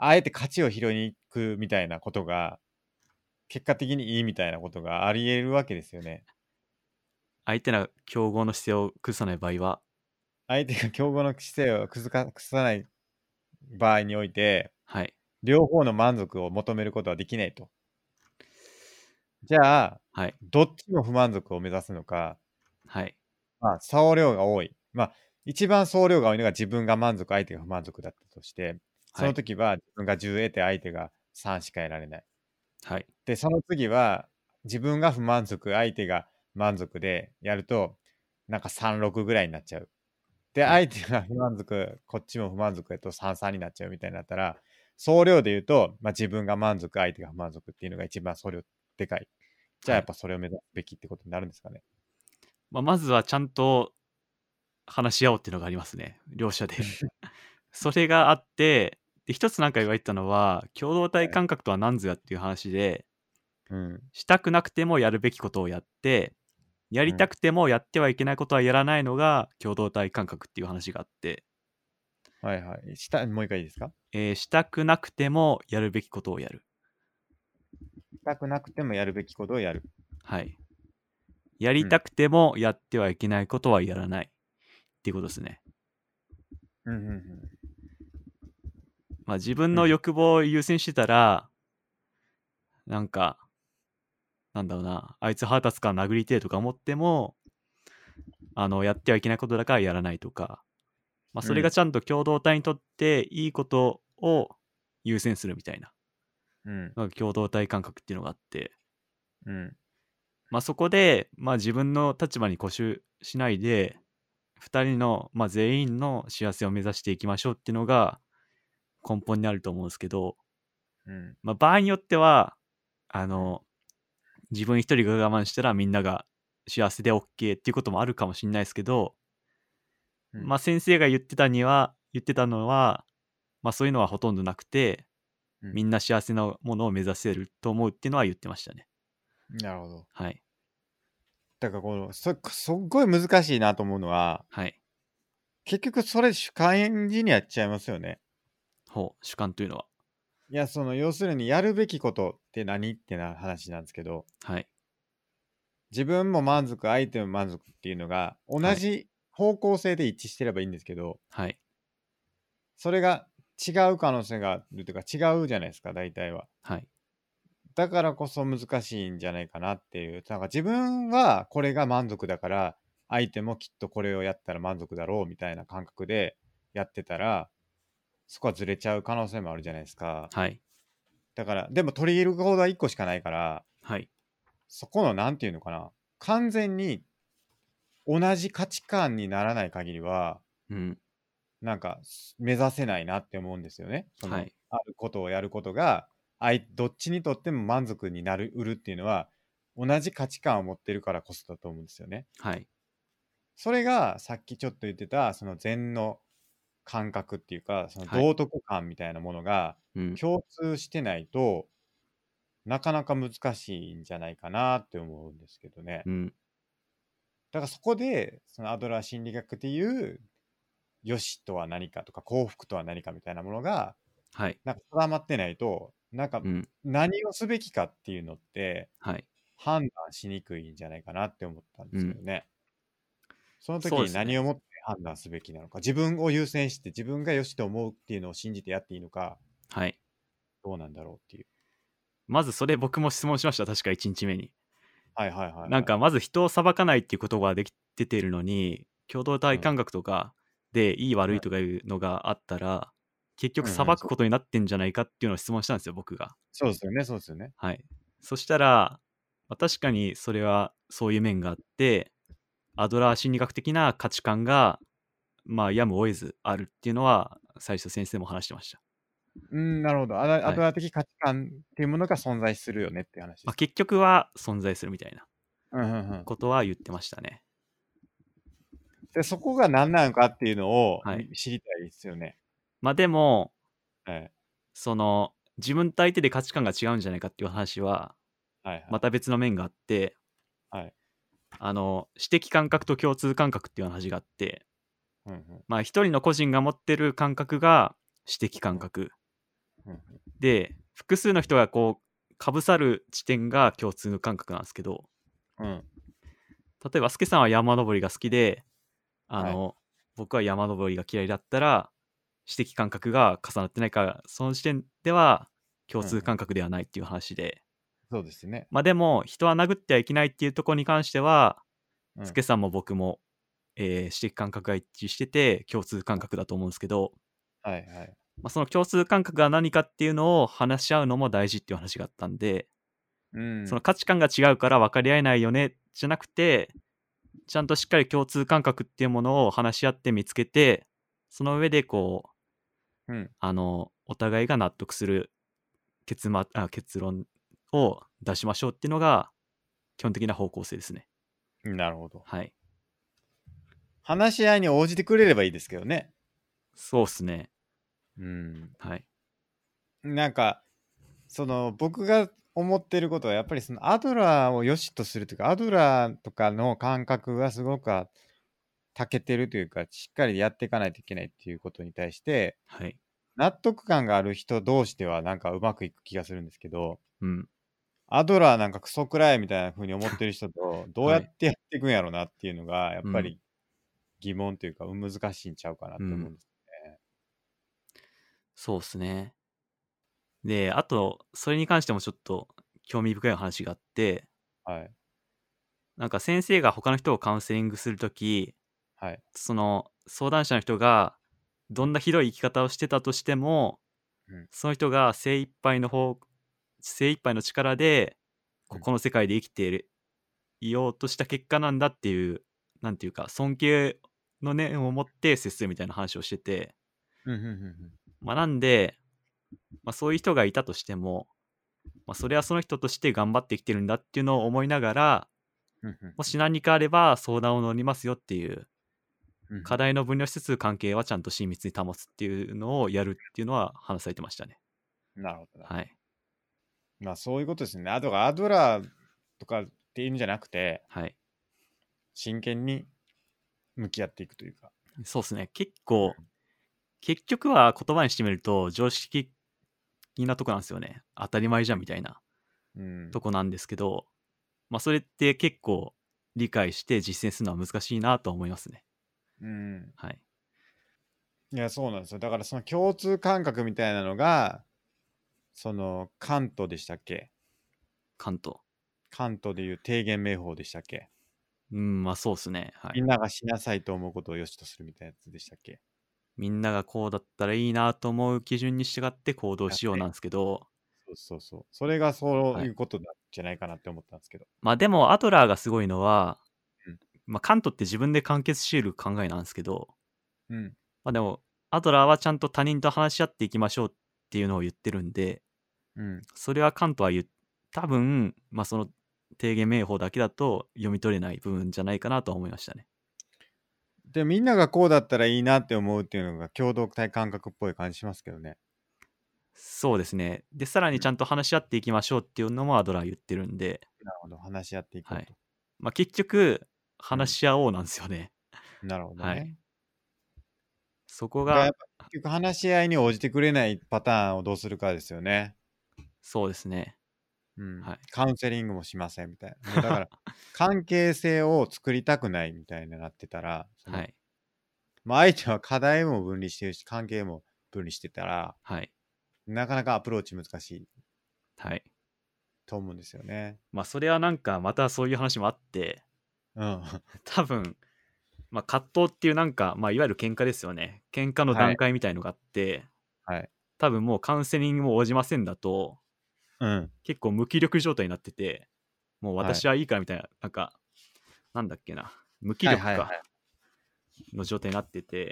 あえて勝ちを拾いに行くみたいなことが、結果的にいいみたいなことがあり得るわけですよね。
相手の競合の姿勢を崩さない場合は、
相手が競合の姿勢を崩か崩さない場合において、
はい。
両方の満足を求めることはできないと。じゃあ、
はい。
どっちの不満足を目指すのか、
はい。
まあ、総量が多い。まあ、一番総量が多いのが自分が満足、相手が不満足だったとして、その時は自分が10得て相手が3しか得られない。
はい。
で、その次は自分が不満足、相手が満足でやると、なんか3、6ぐらいになっちゃう。で、
は
相手が不満足、こっちも不満足やと3、3になっちゃうみたいになったら、総量で言うと、まあ、自分が満足、相手が不満足っていうのが一番総量でかい。じゃあ
は
や
い
っぱそれを目指すべきってことになるんですかね。
まあ、まずはちゃんと話し合おうっていうのがありますね。両 (laughs) 者で。それがあって、で一つなんか言われてたのは、共同体感覚とは何ぞやっていう話で、
うん。
したくなくてもやるべきことをやって、やりたくてもやってはいけないことはやらないのが共同体感覚っていう話があって、
はいはい。したもう一回いいですか
えーしたくなくてもやるべきことをやる。
したくなくてもやるべきことをやる。
はい。やりたくてもやってはいけないことはやらない。っていうことですね。
うんうんうん。
まあ自分の欲望を優先してたら、なんか、なんだろうな、あいつ腹立つから殴りてえとか思っても、あの、やってはいけないことだからやらないとか、まあそれがちゃんと共同体にとっていいことを優先するみたいな、
うん
なんか共同体感覚っていうのがあって、
うん。
まあそこで、まあ自分の立場に固執しないで、二人の、まあ全員の幸せを目指していきましょうっていうのが根本にあると思うんですけど、
うん。
まあ、場合によってはあの自分一人が我慢したらみんなが幸せで OK っていうこともあるかもしれないですけど、
うん
まあ、先生が言ってたには言ってたのは、まあ、そういうのはほとんどなくて
うん
みんな幸せなものを目指せると思うっていうのは言ってましたね
なるほど。
はい
だからこのそすっごい難しいなと思うのは
はい
結局それ主観エンジニアやっちゃいますよね。
ほう主観というのはい
やその要するにやるべきことって何ってな話なんですけど
はい
自分も満足相手も満足っていうのが同
はい
じ方向性で一致してればいいんですけど、
はい
それが違う可能性があるというか違うじゃないですか大体は。
はい
だからこそ難しいんじゃないかなっていうなんか自分はこれが満足だから相手もきっとこれをやったら満足だろうみたいな感覚でやってたらそこはずれちゃう可能性もあるじゃないですか
はい
だからでも取り入れる方法は1個しかないから
はい
そこの何て言うのかな完全に同じ価値観にならない限りは
うん
なんか目指せないなって思うんですよね。その
はい
あることをやることがあいどっちにとっても満足になる売るっていうのは同じ価値観を持ってるからこそだと思うんですよね。
はい
それがさっきちょっと言ってたその禅の感覚っていうかその
はい
道徳感みたいなものが
うん
共通してないと、なかなか難しいんじゃないかなって思うんですけどね。
うん
だからそこでそのアドラー心理学っていう良しとは何かとか幸福とは何かみたいなものが
はい
なんか定まってないとなんか
うん
何をすべきかっていうのって
はい
判断しにくいんじゃないかなって思ったんですけどね。その時
そうで
に
すね
何をもって判断すべきなのか、自分を優先して自分が良しと思うっていうのを信じてやっていいのか
はい
どうなんだろうっていう。
まずそれ僕も質問しました確か1日目に
はいはいはいはい。
なんかまず人を裁かないっていう言葉ができ出てるのに共同体感覚とかでいい悪いとかいうのがあったら結局
うんうん
裁くことになってんじゃないかっていうのを質問したんですよ僕が。
そうですよねそうですよね。
はい、そしたら、まあ確かにそれはそういう面があってアドラー心理学的な価値観がまあやむを得ずあるっていうのは最初先生も話してました。
うんなるほどア
い
ド。アドラー的価値観っていうものが存在するよねっていう話で
まあ、
す。
結局は存在するみたいな
うんうんうん、
ことは言ってましたね。
でそこが何なのかっていうのを
はい
知りたいですよね。
まあでも
はい
その自分と相手で価値観が違うんじゃないかっていう話は
はいはい。
また別の面があって、
はい
あの私的感覚と共通感覚っていう話があって
うんうん
まあ一人の個人が持ってる感覚が私的感覚、
うんうん
で複数の人がこうかぶさる地点が共通感覚なんですけど
うん
例えばスケさんは山登りが好きであの、僕は山登りが嫌いだったら私的感覚が重なってないからその時点では共通感覚ではないっていう話で。
そうですね。
まあでも人は殴ってはいけないっていうところに関しては、
うん
スケさんも僕もえー、指摘感覚が一致してて共通感覚だと思うんですけど、
はいはい。
まあ、その共通感覚が何かっていうのを話し合うのも大事っていう話があったんで、
うん。
その価値観が違うから分かり合えないよねじゃなくてちゃんとしっかり共通感覚っていうものを話し合って見つけてその上でこう
うん。
あのお互いが納得する結,、ま、あ結論を出しましょうっていうのが基本的な方向性ですね。
なるほど。
はい。
話し合いに応じてくれればいいですけどね。
そうっすね。
うん。
はい。
なんか、その僕が思ってることはやっぱりそのアドラーを良しとするというか、アドラーとかの感覚がすごくは長けてるというか、しっかりやっていかないといけないっていうことに対して、
はい。
納得感がある人同士ではなんかうまくいく気がするんですけど、
うん。
アドラーなんかクソくらいみたいな風に思ってる人とどうやってやっていくんやろうなっていうのがやっぱ
う
り疑問というか難しいんちゃうかなと思うんです。
そうっすね。で、あと、それに関してもちょっと興味深い話があって、
はい。
なんか先生が他の人をカウンセリングするとき、
はい。
その相談者の人がどんなひどい生き方をしてたとしても、
うん
その人が精一杯の方精一杯の力で
う
こ
ん
この世界で生きている、いようとした結果なんだっていうなんていうか尊敬の念を持って接するみたいな話をしてて、
うんうんうん
まあ、なんで、まあ、そういう人がいたとしても、まあ、それはその人として頑張ってきてるんだっていうのを思いながら
うんうん
もし何かあれば相談を乗りますよっていう
うんうん
課題の分量しつつ関係はちゃんと親密に保つっていうのをやるっていうのは話されてましたね。
なるほどな。
はい。
まあそういうことですね。あとがアドラーとかっていうんじゃなくて
はい。
真剣に向き合っていくというか。
そうですね。結構、結局は言葉にしてみると常識的なとこなんですよね。当たり前じゃんみたいな
うん
とこなんですけど、まあそれって結構理解して実践するのは難しいなと思いますね。
うん、
はい。
いやそうなんですよ。だからその共通感覚みたいなのがその関東でしたっけ
関東。
関東でいう提言名法でしたっけ
うん、まあそうですね。は
み
い
ん。ながしなさいと思うことを良しとするみたいなやつでしたっけ
みんながこうだったらいいなと思う基準に従って行動しようなんですけど、
そうそうそう。それがそう
はい
いうことなんじゃないかなって思ったんですけど。
まあでもアトラーがすごいのは
うん、
まあ、カントって自分で完結し得る考えなんですけど、
うん。
まあ、でもアトラーはちゃんと他人と話し合っていきましょうっていうのを言ってるんで
うん。
それはカントは言う多分、まあ、その提言名法だけだと読み取れない部分じゃないかなとは思いましたね。
で、みんながこうだったらいいなって思うっていうのが共同体感覚っぽい感じしますけどね。
そうですね。でさらにちゃんと話し合っていきましょうっていうのもアドラー言ってるんで、
なるほど。話し合っていこうと。
はいまあ、結局話し合おうなんですよね。
なるほどね。
はい。そこ
だからや
が
っぱ結局話し合いに応じてくれないパターンをどうするかですよね。
そうですね。
うん。
はい (laughs)
カウンセリングもしませんみたいな。もうだから関係性を作りたくないみたいになってたら、その
はい。
まあ、相手は課題も分離してるし、関係も分離してたら、
はい。
なかなかアプローチ難しい
はい。
と思うんですよね。
まあそれはなんかまたそういう話もあって (laughs)
うん。 (laughs)
多分、まあ、葛藤っていうなんか、まあ、いわゆる喧嘩ですよね喧嘩の
はい
段階みたいのがあって、
はい
多分もうカウンセリングも応じませんだと
うん。
結構無気力状態になっててもう
はい
私はいいからみたいな、なんかなんだっけな無気力
はいはいは
かの状態になってて、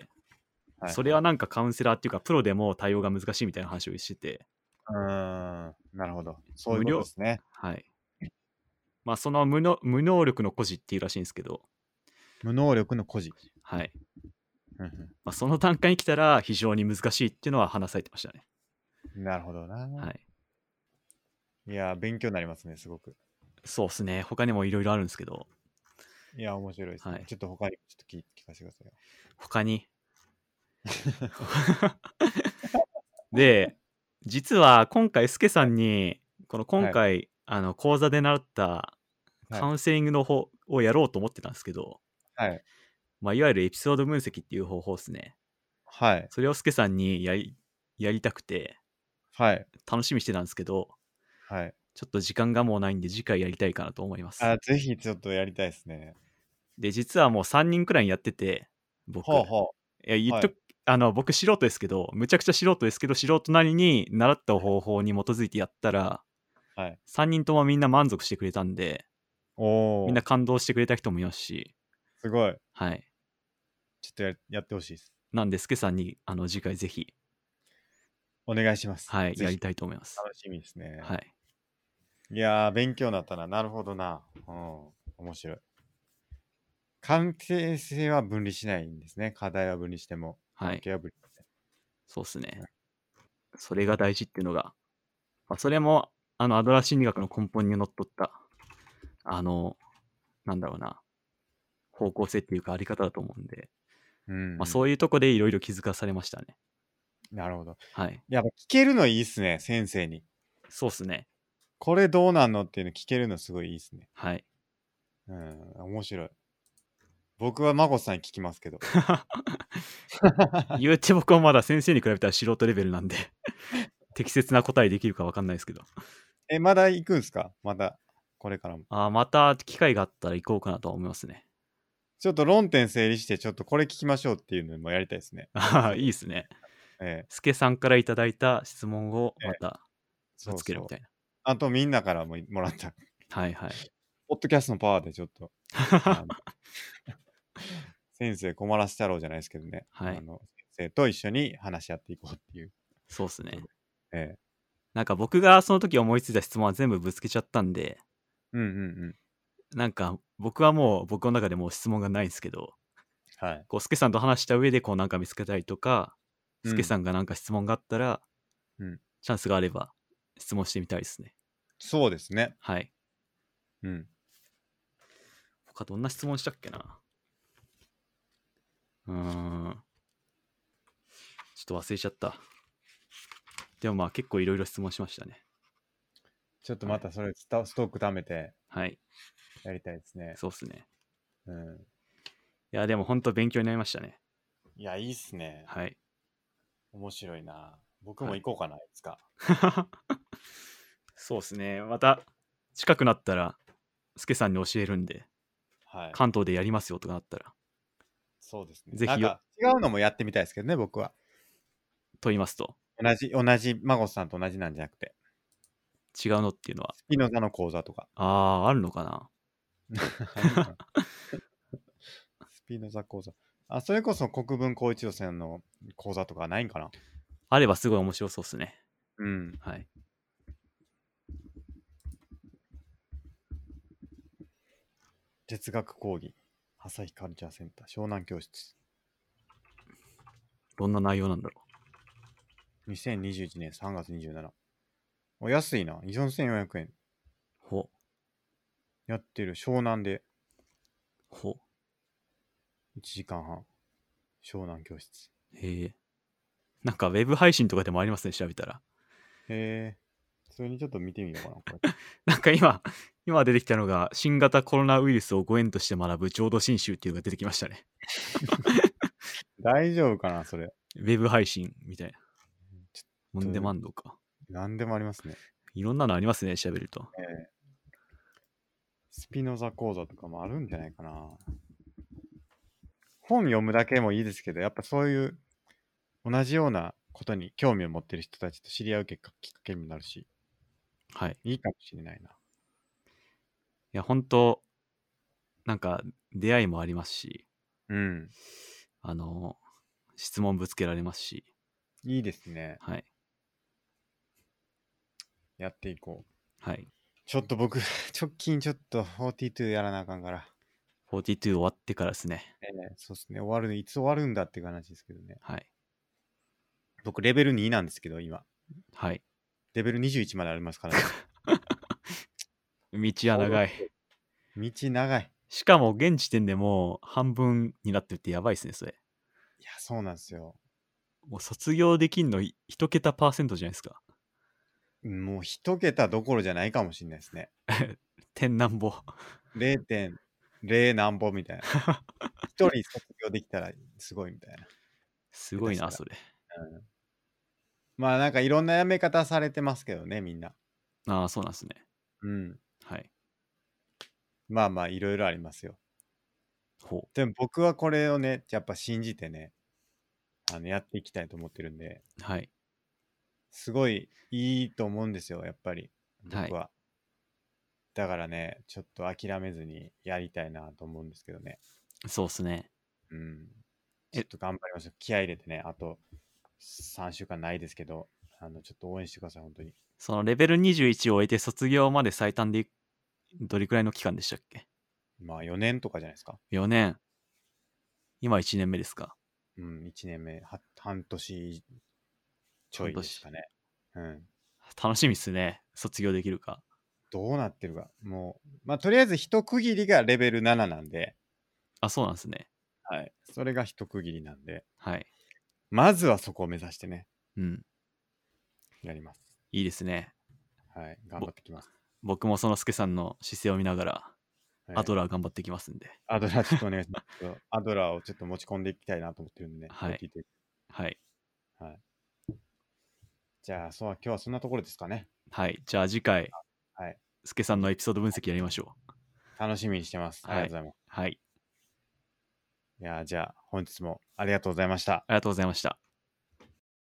はい
それはなんかカウンセラーっていうかプロでも対応が難しいみたいな話をしてて
うーん。なるほど。そういうことですね。
はいまあその無の無能力の孤児っていうらしいんですけど
無能力の孤児。
はい
うん
まあ、その段階に来たら非常に難しいっていうのは話されてましたね。
うんなるほどな。
はい、
い、やー、勉強になりますね、すごく。
そうですね。他にもいろいろあるんですけど、
いや、面白いですね。
はい
ちょっと他にちょっと聞聞かせてくださいよ。
他
(laughs)
に。で、実は今回、スケさんに、この今回、あの講座で習った
はい
カウンセリングの方をやろうと思ってたんですけど、
はい。
まあ、いわゆるエピソード分析っていう方法ですね。
はい。
それをスケさんにやりやりたくて、
はい。
楽しみにしてたんですけど、
はい。
ちょっと時間がもうないんで、次回やりたいかなと思います。
あー、ぜひちょっとやりたいですね。
で実はもう3人くらいやってて僕、
はあはい
や言っとくあの僕素人ですけどむちゃくちゃ素人ですけど素人なりに習った方法に基づいてやったら、
はい
3人ともみんな満足してくれたんで
あ。おお。
みんな感動してくれた人もいますし、
すごい。
はい、
ちょっとややってほしいです。
なんで、スケさんにあの次回ぜひ、
お願いします。
はい、
ぜ
やり
ひ
たいと思います。
楽しみですね。、
はいい、
やー、勉強になったな。なるほどな。うん。面白い。関係性は分離しないんですね。課題は分離しても。
は
関
い、
係は分離して。
そうですね
は。
それが大事っていうのが、まあ、それもあのアドラー心理学の根本にのっとった、あの、なんだろうな、方向性っていうか、あり方だと思うんで、
うん、
まあ、そう
い
いうとこでいろいろ気づかされましたね。
うん。なるほど。
はい、
やっぱ聞けるのいいっすね。先生に。
そうですね。
これどうなんのっていうの聞けるのすごいいいっすね。 (laughs)
はい。
うん。面白い。僕はまこさんに聞きますけど。 (laughs)
言うて僕はまだ先生に比べたら素人レベルなんで、 (laughs) 適切な答えできるか分かんないですけど、
え、まだ行くんすかまだ、これからも。
あーまた機会があったら行こうかなとは思いますね。
ちょっと論点整理して、ちょっとこれ聞きましょうっていうのもやりたいですね。
ああ、いいですね。
ええ
スケさんからいただいた質問を
ええ
また
そう
つける
そ
み
う
たいな。
あとみんなからもいもらった。
はいはい。
ポッドキャストのパワーでちょっと。
(laughs)
あの先生困らせたろうじゃないですけどね。
はい
あの先生と一緒に話し合っていこうっていう。
そうっすね。
ええ
なんか僕がその時思いついた質問は全部ぶつけちゃったんで、
うんうんうん。
なんか僕はもう僕の中でもう質問がないんですけど、
はい。
こうスケさんと話した上でこうなんか見つけたりとか、
うん
スケさんがなんか質問があったら、
うん
チャンスがあれば質問してみたいですね。
そうですね。
はい。
うん。
他どんな質問したっけなうーん。ちょっと忘れちゃった。でもまあ結構いろいろ質問しましたね。
ちょっとまたそれスタストック貯めて
はい。
やりたいですね。
そうっすね。
うん。
いや、でも本当勉強になりましたね。
いや、いいっすね。
はい。
面白いな。僕も行こうかな、いつか。
(laughs) そうっすね。また近くなったら、スケさんに教えるんで、
はい。
関東でやりますよとかなったら。
そうですね。
ぜひ
なん
よ
か違うのもやってみたいですけどね、僕は。
と言いますと、
同じ、同じ、孫さんと同じなんじゃなくて、
違うのっていうのは、
スピノザの講座と
(laughs)
か。
ああ、あるのかな
スピノザ講座。あ、それこそ国分光一郎さんの講座とかないんかな
あればすごい面白そうっすね。
うん。
はい。
哲学講義。朝日カルチャーセンター、湘南教室。
どんな内容なんだろう。
2021年3月27。お、安いな。4400円。
ほ、
やってる。湘南で
ほ、
1時間半。湘南教室。
へえ。なんかウェブ配信とかでもありますね、調べたら。
へえ。それにちょっと見てみようかなこれ。 (laughs)
なんか今、今出てきたのが、新型コロナウイルスをご縁として学ぶ浄土真宗っていうのが出てきましたね。
大丈夫かなそれ。
ウェブ配信みたいな。
ち
オンデマンドか。
何でもありますね。
いろんなのありますね、調べると。
スピノザ講座とかもあるんじゃないかな。本読むだけもいいですけど、やっぱそういう同じようなことに興味を持ってる人たちと知り合う結果きっかけになるし、
はい。
いいかもしれないな。
いや、本当なんか出会いもありますし、
うん。
あの、質問ぶつけられますし、
いいですね。
はい。
やっていこう。
はい。
ちょっと僕、 (laughs) 直近ちょっと42やらなあかんから。
42終わってからですね。
ええそうですね。終わる、いつ終わるんだっていう話ですけどね。
はい。
僕、レベル2なんですけど、今。
はい。
レベル21までありますから、ね。
道は長い。
道長い。
しかも現時点でもう半分になってるってやばいですね、それ。
いや、そうなんですよ。
もう卒業できんのい一桁パーセントじゃないですか。
もう一桁どころじゃないかもしれないですね。
天なんぼ。
0.0何歩みたいな。一人卒業できたらすごいみたいな。
すごいな、
下
それ。
まあなんかいろんなやめ方されてますけどね、みんな。
ああ、そうなんですね。
うん。
はい。
まあまあいろいろありますよ。
ほ
でも僕はこれをね、やっぱ信じてね、あのやっていきたいと思ってるんで、
う。はい。
すごいいいと思うんですよ、やっぱり。僕
は
は。
い
だからね、ちょっと諦めずにやりたいなと思うんですけどね。
そうっすね。
うん。
え
ちょっと頑張りましょう。気合い入れてね、あと3週間ないですけど、あのちょっと応援してください、本当に。
そのレベル21を終えて卒業まで最短でいどれくらいの期間でしたっけ
まあ4年とかじゃないですか。
?4 年。今1年目ですか。
うん、1年目、は半年ちょいですかね。うん。
楽しみっすね。卒業できるか。
どうなってるか。もう、まあとりあえず一区切りがレベル7なんで、
あ、そうなんですね。
はい。それが一区切りなんで、
はい。
まずはそこを目指してね、
うん。
やります。
いいですね。
はい。頑張ってきます。
僕もそのすけさんの姿勢を見ながら、
はい
アドラー頑張ってきますんで。
アド
(laughs)
ラーちょっとお願いします。ちょっとアドラーをちょっと持ち込んでいきたいなと思ってるんでね。
はい
聞いて
はい。
じゃあ、そう、今日はそんなところですかね。
はい。じゃあ次回、
はい
すけさんのエピソード分析やりましょう。
楽しみにしてます。あ
はい
りがとうございます。
はい。
いやー、じゃあ、本日もありがとうございました。
ありがとうございました。